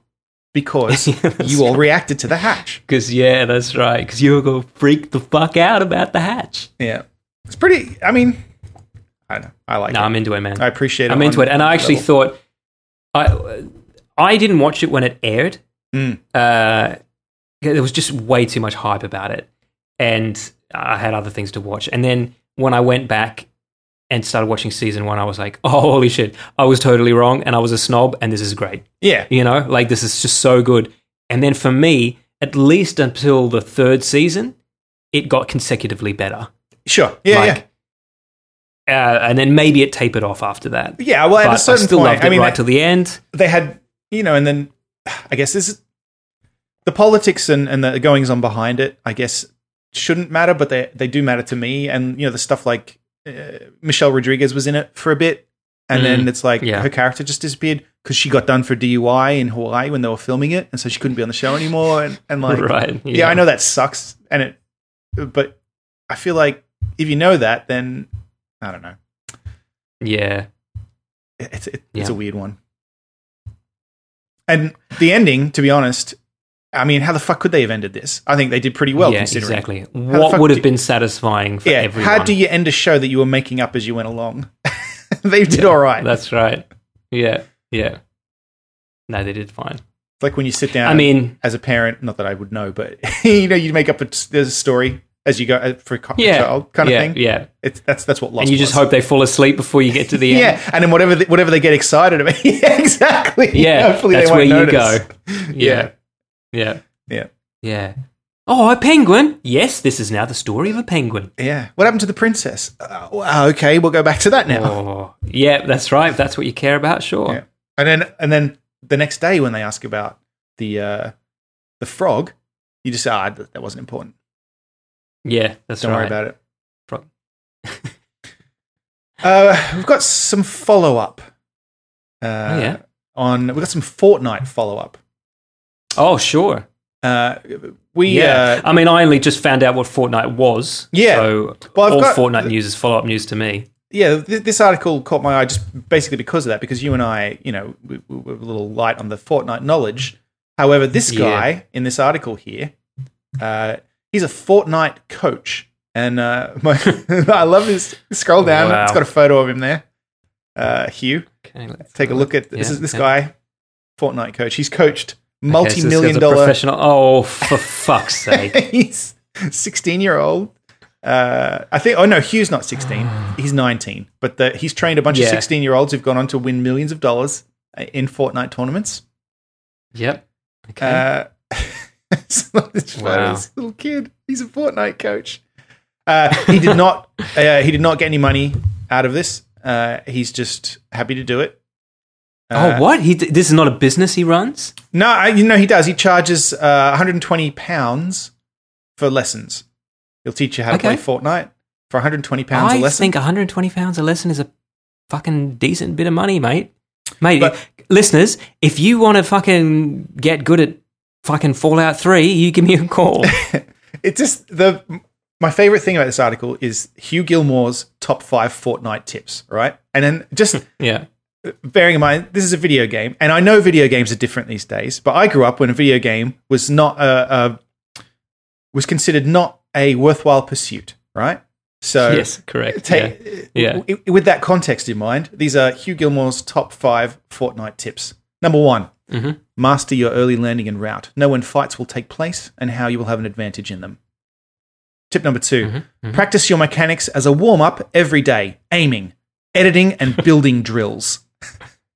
because
Yeah, that's
you all reacted to the hatch.
Because yeah, that's right. Because you were gonna freak the fuck out about the hatch.
Yeah, it's pretty. I mean, I don't know. I like
No,
it.
I'm into it, man.
I appreciate it.
I'm into
on
it, and I actually
level.
thought I I didn't watch it when it aired.
Mm.
Uh, there was just way too much hype about it, and I had other things to watch. And then when I went back and started watching season one, I was like, "Oh, holy shit! I was totally wrong, and I was a snob, and this is great."
yeah,
You know, like this is just so good. And then for me, at least until the third season, it got consecutively better.
sure, yeah, yeah.
like, Uh, and then maybe it tapered off after that.
Yeah, well, at
but
a certain
I still
point,
loved it
I mean,
right
they,
to the end.
they had, you know, and then I guess this is the politics and, and the goings on behind it. I guess shouldn't matter, but they they do matter to me. And you know, the stuff like uh, Michelle Rodriguez was in it for a bit, and then it's like
Mm, yeah.
her character just disappeared because she got done for DUI in Hawaii when they were filming it, and so she couldn't be on the show anymore. And, and like,
right.
yeah. I know that sucks, and it, but I feel like if you know that, then I don't know.
Yeah.
it's it,
Yeah.
it's a weird one. And the ending, to be honest, I mean, how the fuck could they have ended this? I think they did pretty well
yeah,
considering.
exactly.
the
What
fuck
would
do
have
you-
been satisfying for
Yeah,
everyone?
how do you end a show that you were making up as you went along? they did all right. It's
That's right. Yeah. Yeah. No, they did fine.
like when you sit down.
I mean,
as a parent, not that I would know, but you know, you make up a, there's a story as you go uh, for a co-
yeah.
child kind
yeah,
of thing.
Yeah.
It's that's that's what lost.
And you just
was.
hope they fall asleep before you get to the end.
Yeah, and then whatever they, whatever they get excited about, yeah, exactly.
Yeah,
hopefully
that's
they won't
where you
notice.
go.
Yeah.
Yeah.
Yeah.
Yeah. Oh, a penguin. Yes, this is now the story of a penguin.
Yeah. What happened to the princess? Uh, well, okay, we'll go back to that now.
Oh, yeah, that's right. If that's what you care about, sure.
Yeah. And then and then the next day when they ask about the uh, the frog, you just say, ah, th- that wasn't important.
Yeah, that's
Don't
right.
worry about it.
Frog.
uh, we've got some follow up. Uh,
Oh, yeah.
On we've got some Fortnite follow up.
Oh, sure.
Uh, we
Yeah.
uh,
I mean, I only just found out what Fortnite was.
Yeah.
So
Well, I've
all
got-
Fortnite news is follow up news to me.
yeah, th- this article caught my eye just basically because of that. Because you and I, you know, we, we were a little light on the Fortnite knowledge. However, this
Yeah.
guy in this article here, uh, he's a Fortnite coach, and uh, my, I love this. Scroll down;
Wow.
it's got a photo of him there. Uh, Hugh,
Okay, let's
take a look at this.
Yeah,
Is this
yeah.
guy Fortnite coach? He's coached
Okay, so this guy's
multi-million
a
dollar.
professional. Oh, for fuck's sake!
he's sixteen-year-old. Uh, I think. Oh no, Hugh's not sixteen. He's nineteen. But the, he's trained a bunch of
Yeah.
sixteen-year-olds who've gone on to win millions of dollars uh, in Fortnite tournaments.
Yep. Okay.
Uh, some of this photo,
Wow.
this little kid. He's a Fortnite coach. Uh, he did not. Uh, he did not get any money out of this. Uh, he's just happy to do it. Uh,
oh, what? He d- this is not a business he runs.
No, I, you know he does. He charges uh, 120 pounds for lessons. He'll teach you how to
Okay.
play Fortnite for 120 pounds a
I
lesson.
think 120 pounds a lesson is a fucking decent bit of money, mate. Mate,
But-
listeners, if you want to fucking get good at fucking Fallout 3, you give me a call.
It's just the my favorite thing about this article is Hugh Gilmore's top five Fortnite tips. Right, and then just
yeah.
bearing in mind this is a video game, and I know video games are different these days, but I grew up when a video game was not a, a was considered not a worthwhile pursuit. Right, so
Yes, correct.
take
Yeah.
w- w- with that context in mind these are hugh gilmore's top five fortnite tips number one
yeah. hmm
master your early landing and route know when fights will take place and how you will have an advantage in them tip number 2
Mm-hmm.
practice your mechanics as a warm-up every day aiming editing and building drills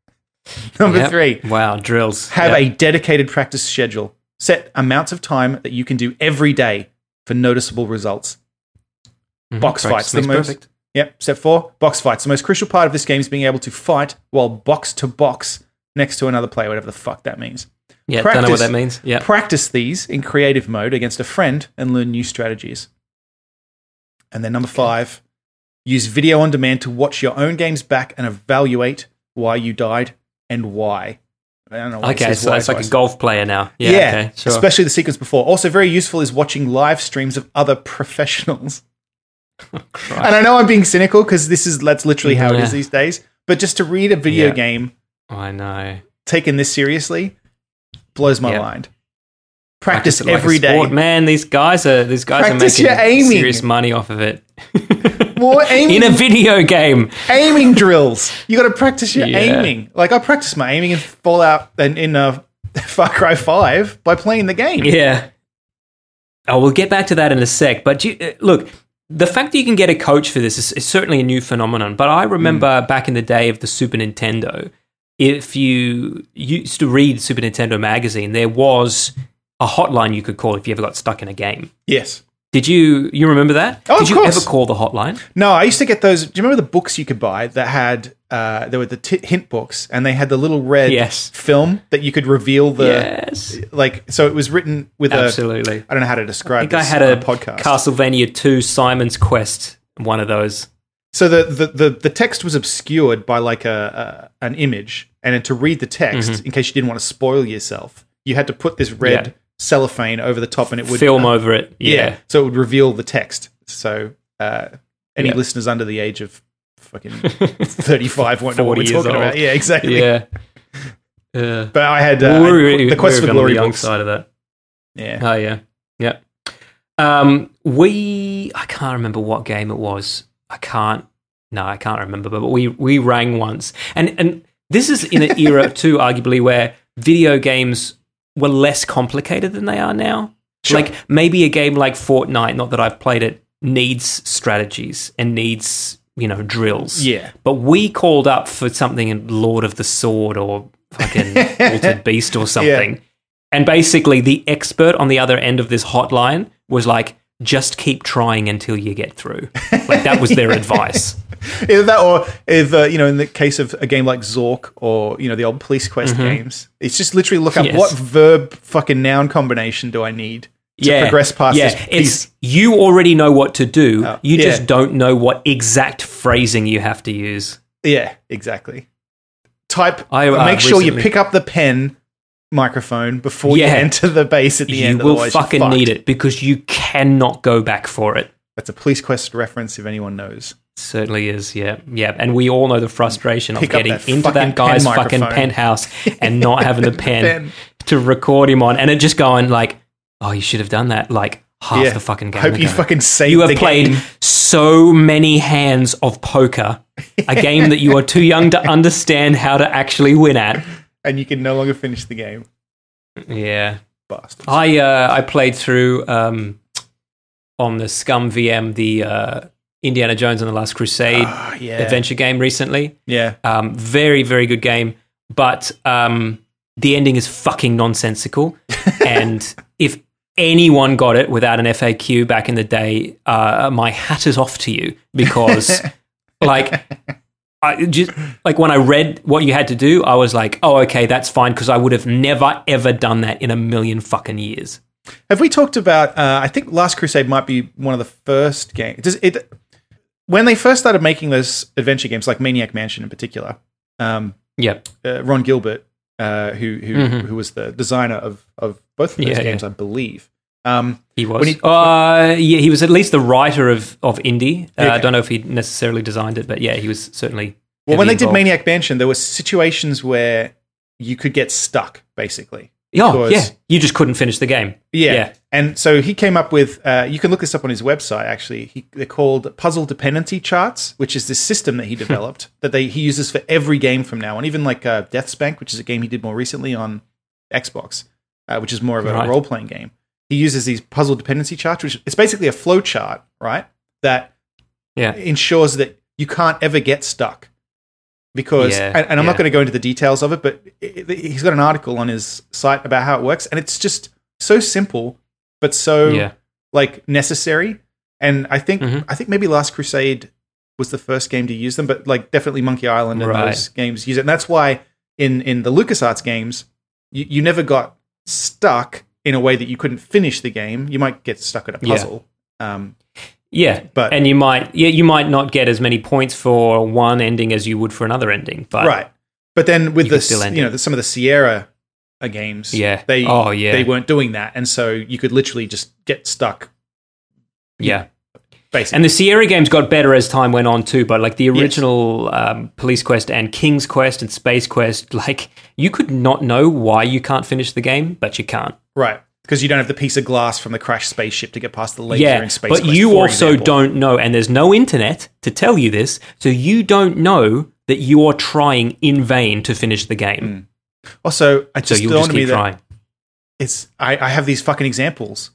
number
Yep.
three
Wow, drills.
have
Yep.
a dedicated practice schedule set amounts of time that you can do every day for noticeable results.
Mhm.
Box
Correct.
fights, the
Makes
most-
perfect.
Yep. Step four, box fights. The most crucial part of this game is being able to fight while box to box next to another player, whatever the fuck that means.
Yeah, don't know what
practice-
that means. Yeah,
Practice these in creative mode against a friend and learn new strategies. And then number five, use video on demand to watch your own games back and evaluate why you died and why. I don't know. why it
okay,
says
so
why
it's like a
twice.
golf player now. Yeah,
Yeah,
okay, sure.
especially the sequence before. Also, very useful is watching live streams of other professionals.
Christ.
And I know I'm being cynical because this is that's literally how it is
Yeah.
these days. But just to read a video
Yeah.
game
I know.
taken this seriously blows my
Yeah.
mind.
Practice
Practice,
it like a
every day.
sport. Man, these guys are these guys
Practice
are
your
making
aiming.
serious money off of it.
More aiming,
In a video game.
aiming drills. You got to practice your
Yeah.
aiming. Like I practiced my aiming in Fallout and in uh, Far Cry Five by playing the game.
Yeah. Oh, we'll get back to that in a sec. But do you, uh, look, the fact that you can get a coach for this is, is certainly a new phenomenon. But I remember
Hmm.
back in the day of the Super Nintendo, if you used to read Super Nintendo magazine, there was a hotline you could call if you ever got stuck in a game.
Yes.
Did you you remember that?
Oh,
Did
of
you
course.
ever call the hotline?
No, I used to get those. Do you remember the books you could buy that had uh, there were the t- hint books and they had the little red
Yes.
film that you could reveal the
yes.
like. So it was written with a.
Absolutely.
I don't know how to describe.
I think I
this
had
on
a
podcast.
Castlevania 2 Simon's Quest, one of those.
So the, the, the, the text was obscured by like a, a an image, and then to read the text, in case you didn't want to spoil yourself, you had to put this red
Mm-hmm. Yeah.
cellophane over the top, and it would uh,
Film over it.
yeah.
yeah.
so it would reveal the text. So uh, any
Yeah.
listeners under the age of fucking thirty five won't know what
40
we're
years
talking
old.
about. Yeah, exactly.
yeah. Uh,
But I had uh,
well, we're,
the Quest for
we're on
Glory
the young
books.
side of that.
Yeah,
Oh yeah, yeah. Um, we I can't remember what game it was. I can't. No, I can't remember. But we we rang once, and and this is in an era too, arguably, where video games were less complicated than they are now.
Sure.
Like maybe a game like Fortnite, not that I've played it, needs strategies and needs you know drills.
Yeah.
But we called up for something in Lord of the Sword or fucking Altered Beast or something. And basically, the expert on the other end of this hotline was like, just keep trying until you get through. Like, that was their advice.
either that or if uh, you know, in the case of a game like Zork or you know the old Police Quest games, it's just literally look up
Mm-hmm. Yes.
what verb fucking noun combination do I need to
yeah.
progress past
yeah.
this piece. Oh.
It's, you already know what to do. you
yeah.
just don't know what exact phrasing you have to use.
Yeah, exactly. Type.
I, uh,
make sure
recently-
you pick up the pen microphone before
Yeah.
you enter the base at the
You
end.
will
otherwise you're
fucking
fucked.
need it because you cannot go back for it.
That's a Police Quest reference, if anyone knows.
Certainly is, yeah, yeah, and we all know the frustration of
Pick up
getting
that
into
fucking
that guy's
pen
fucking
microphone.
penthouse and not having the pen,
pen.
to record him on, and it just going like, "Oh, you should have done that!" Like half
yeah,
the fucking game.
Hope you
ago.
fucking saved.
You have
the
played
game.
so many hands of poker, a game that you are too young to understand how to actually win at.
and you can no longer finish the game.
Yeah,
Bastard.
I uh, I played through um, on the Scum VM the uh, Indiana Jones and the Last Crusade
Ah, yeah.
adventure game recently.
Yeah.
Um, very, very good game, but um, the ending is fucking nonsensical. and if anyone got it without an FAQ back in the day, uh, my hat is off to you because, like, I just like when I read what you had to do, I was like, oh, okay, that's fine because I would have never ever done that in a million fucking years.
Have we talked about? Uh, I think Last Crusade might be one of the first games. Does it? When they first started making those adventure games, like Maniac Mansion in particular, um,
Yep.
uh, Ron Gilbert, uh, who who,
Mhm.
who was the designer of of both of those
Yeah,
games, I believe. Um,
He was.
he-
uh, yeah, he was at least the writer of of indie. Uh, I
Okay.
don't know if he necessarily designed it, but yeah, he was certainly.
well, when they
heavily
did
involved.
Maniac Mansion, there were situations where you could get stuck, basically.
Oh,
because-
yeah. You just couldn't finish the game.
Yeah.
Yeah.
And so he came up with, uh, you can look this up on his website, actually. He, they're called puzzle dependency charts, which is this system that he developed that they, he uses for every game from now on, even like uh, Death's Bank, which is a game he did more recently on Xbox, uh, which is more of a
Right.
role playing game. He uses these puzzle dependency charts, which it's basically a flow chart, right? That
Yeah.
ensures that you can't ever get stuck because
Yeah,
and, and i'm
yeah.
not going to go into the details of it but it, it- he's got an article on his site about how it works and it's just so simple but so
yeah.
like necessary. And I think
Mhm.
I think maybe Last Crusade was the first game to use them, but like definitely Monkey Island and
Right.
those games use it. And that's why in in the LucasArts games, you, you never got stuck in a way that you couldn't finish the game. You might get stuck at a
Yeah.
puzzle. Um,
Yeah,
But-
and you might yeah you might not get as many points for one ending as you would for another ending, but
right. But then with
You
the
can still
s-
end
you know
it.
the, some of the Sierra uh, games,
Yeah.
they
Oh, yeah.
they weren't doing that, and so you could literally just get stuck
yeah.
basically.
And the Sierra games got better as time went on too, but like the original um, Police Quest and King's Quest and Space Quest, like you could not know why you can't finish the game, but you can't.
Right. Because you don't have the piece of glass from the crashed spaceship to get past the laser in space.
But
Quest,
you
for
also
example.
don't know, and there's no internet to tell you this, so you don't know that you're trying in vain to finish the game.
Also, I
So
Hmm. just
you'll
don't want
just
to be
keep
that
trying.
it's. I, I have these fucking examples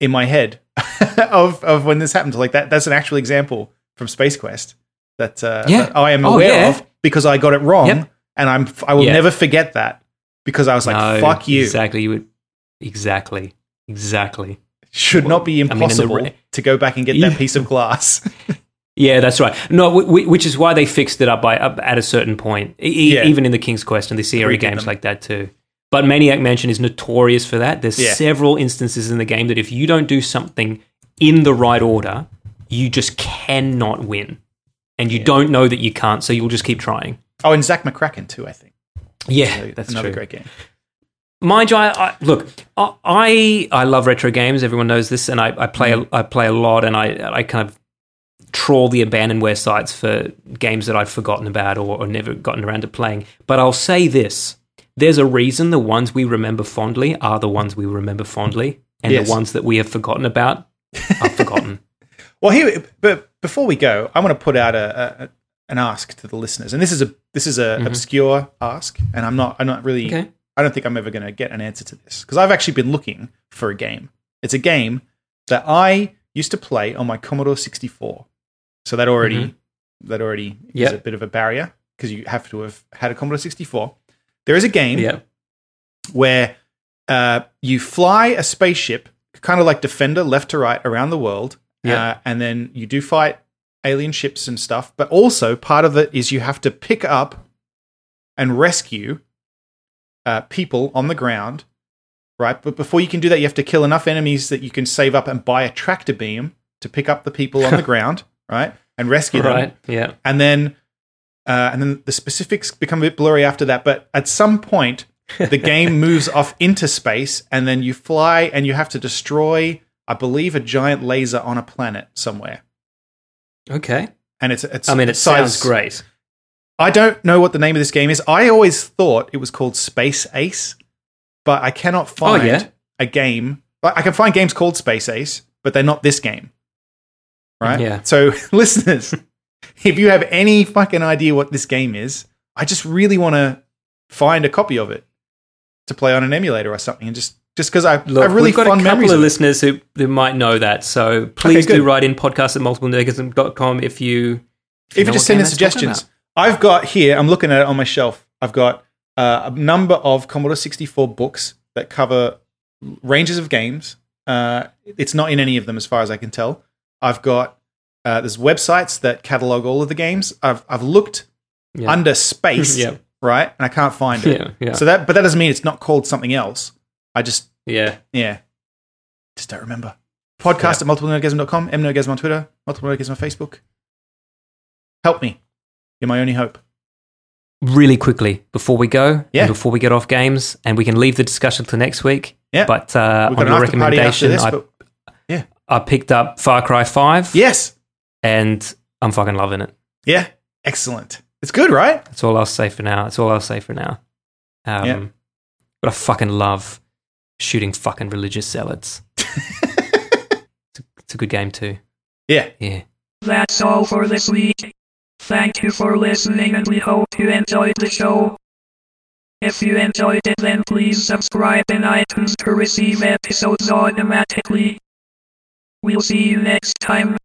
in my head of of when this happens. Like that. That's an actual example from Space Quest that, uh,
Yeah.
that I am
Oh,
aware
yeah.
of because I got it wrong,
Yep.
and I'm. I will
Yeah.
never forget that because I was like,
No,
"Fuck you."
Exactly. You would. Exactly. Exactly.
Should not be
mean, in the
impossible
re-
to go back and get
Yeah.
that piece of glass.
Yeah, that's right. No, w- w- which is why they fixed it up by up at a certain point, e- e-
Yeah.
even in the King's Quest and the Sierra
Redid
games
them.
like that too. But Maniac Mansion is notorious for that. There's
Yeah.
several instances in the game that if you don't do something in the right order, you just cannot win, and you don't know that you can't, so you'll just keep trying.
oh, and Zach McCracken too. I think
Yeah, that's
another
true.
great game.
mind you, I, I look, I- I I love retro games. Everyone knows this, and I, I play
Mm.
a, I play a lot, and I I kind of trawl the abandonware sites for games that I'd forgotten about or, or never gotten around to playing. But I'll say this: there's a reason the ones we remember fondly are the ones we remember fondly, and
Yes.
the ones that we have forgotten about are forgotten.
Well, here, but before we go, I want to put out a, a an ask to the listeners, and this is a this is a obscure ask, and I'm not I'm not really
Mm-hmm. Okay.
I don't think I'm ever going to get an answer to this because I've actually been looking for a game. It's a game that I used to play on my Commodore 64, so that already that already
Mm-hmm. Yep.
is a bit of a barrier because you have to have had a Commodore 64. There is a game where uh, you fly a spaceship, kind of like Defender, left to right around the world,
Yeah.
uh, and then you do fight alien ships and stuff. But also part of it is you have to pick up and rescue uh, people on the ground, right? But before you can do that, you have to kill enough enemies that you can save up and buy a tractor beam to pick up the people on the ground, right, and rescue them
right? Yeah.
and then uh, and then the specifics become a bit blurry after that. But at some point, the game moves off into space, and then you fly and you have to destroy, I believe, a giant laser on a planet somewhere.
Okay.
And it's it's.
I mean, it
it's size-
sounds great.
I don't know what the name of this game is. I always thought it was called Space Ace, but I cannot find
Oh, yeah.
a game. I I can find games called Space Ace, but they're not this game. Right?
Yeah.
So, listeners, if you have any fucking idea what this game is, I just really want to find a copy of it to play on an emulator or something and just just because I, I
Look,
have really
we've got
fond
a couple
memories
of
of it.
listeners who, who might know that. So please
good.
do write in podcast at multiplenegasm.com if you
if you
know
just
what
send
game
in
that's talking
suggestions. I've got here, I'm looking at it on my shelf. I've got uh, a number of Commodore 64 books that cover ranges of games. Uh, it's not in any of them, as far as I can tell. I've got uh, there's websites that catalog all of the games. I've I've looked
Yeah.
under space,
Yeah.
right, and I can't find it.
Yeah, yeah.
So that, but that doesn't mean it's not called something else. I just
yeah.
yeah. Just don't remember. Podcast at multiplenergasm.com, mnergasm on Twitter, multiplenergasm on Facebook. Help me. You're my only hope.
Really quickly before we go,
Yeah.
and before we get off games, and we can leave the discussion till next week.
Yeah.
But uh,
We've
on
got an
your
after party after
recommendation,
this,
I,
but
I picked up Far Cry 5
yes.
and I'm fucking loving it.
Yeah. Excellent. It's good, right?
That's all I'll say for now. That's all I'll say for now. Um,
Yeah.
But I fucking love shooting fucking religious zealots. it's, a, it's a good game too.
Yeah.
Yeah.
That's all for this week. Thank you for listening and we hope you enjoyed the show. If you enjoyed it then please subscribe in iTunes to receive episodes automatically. We'll see you next time.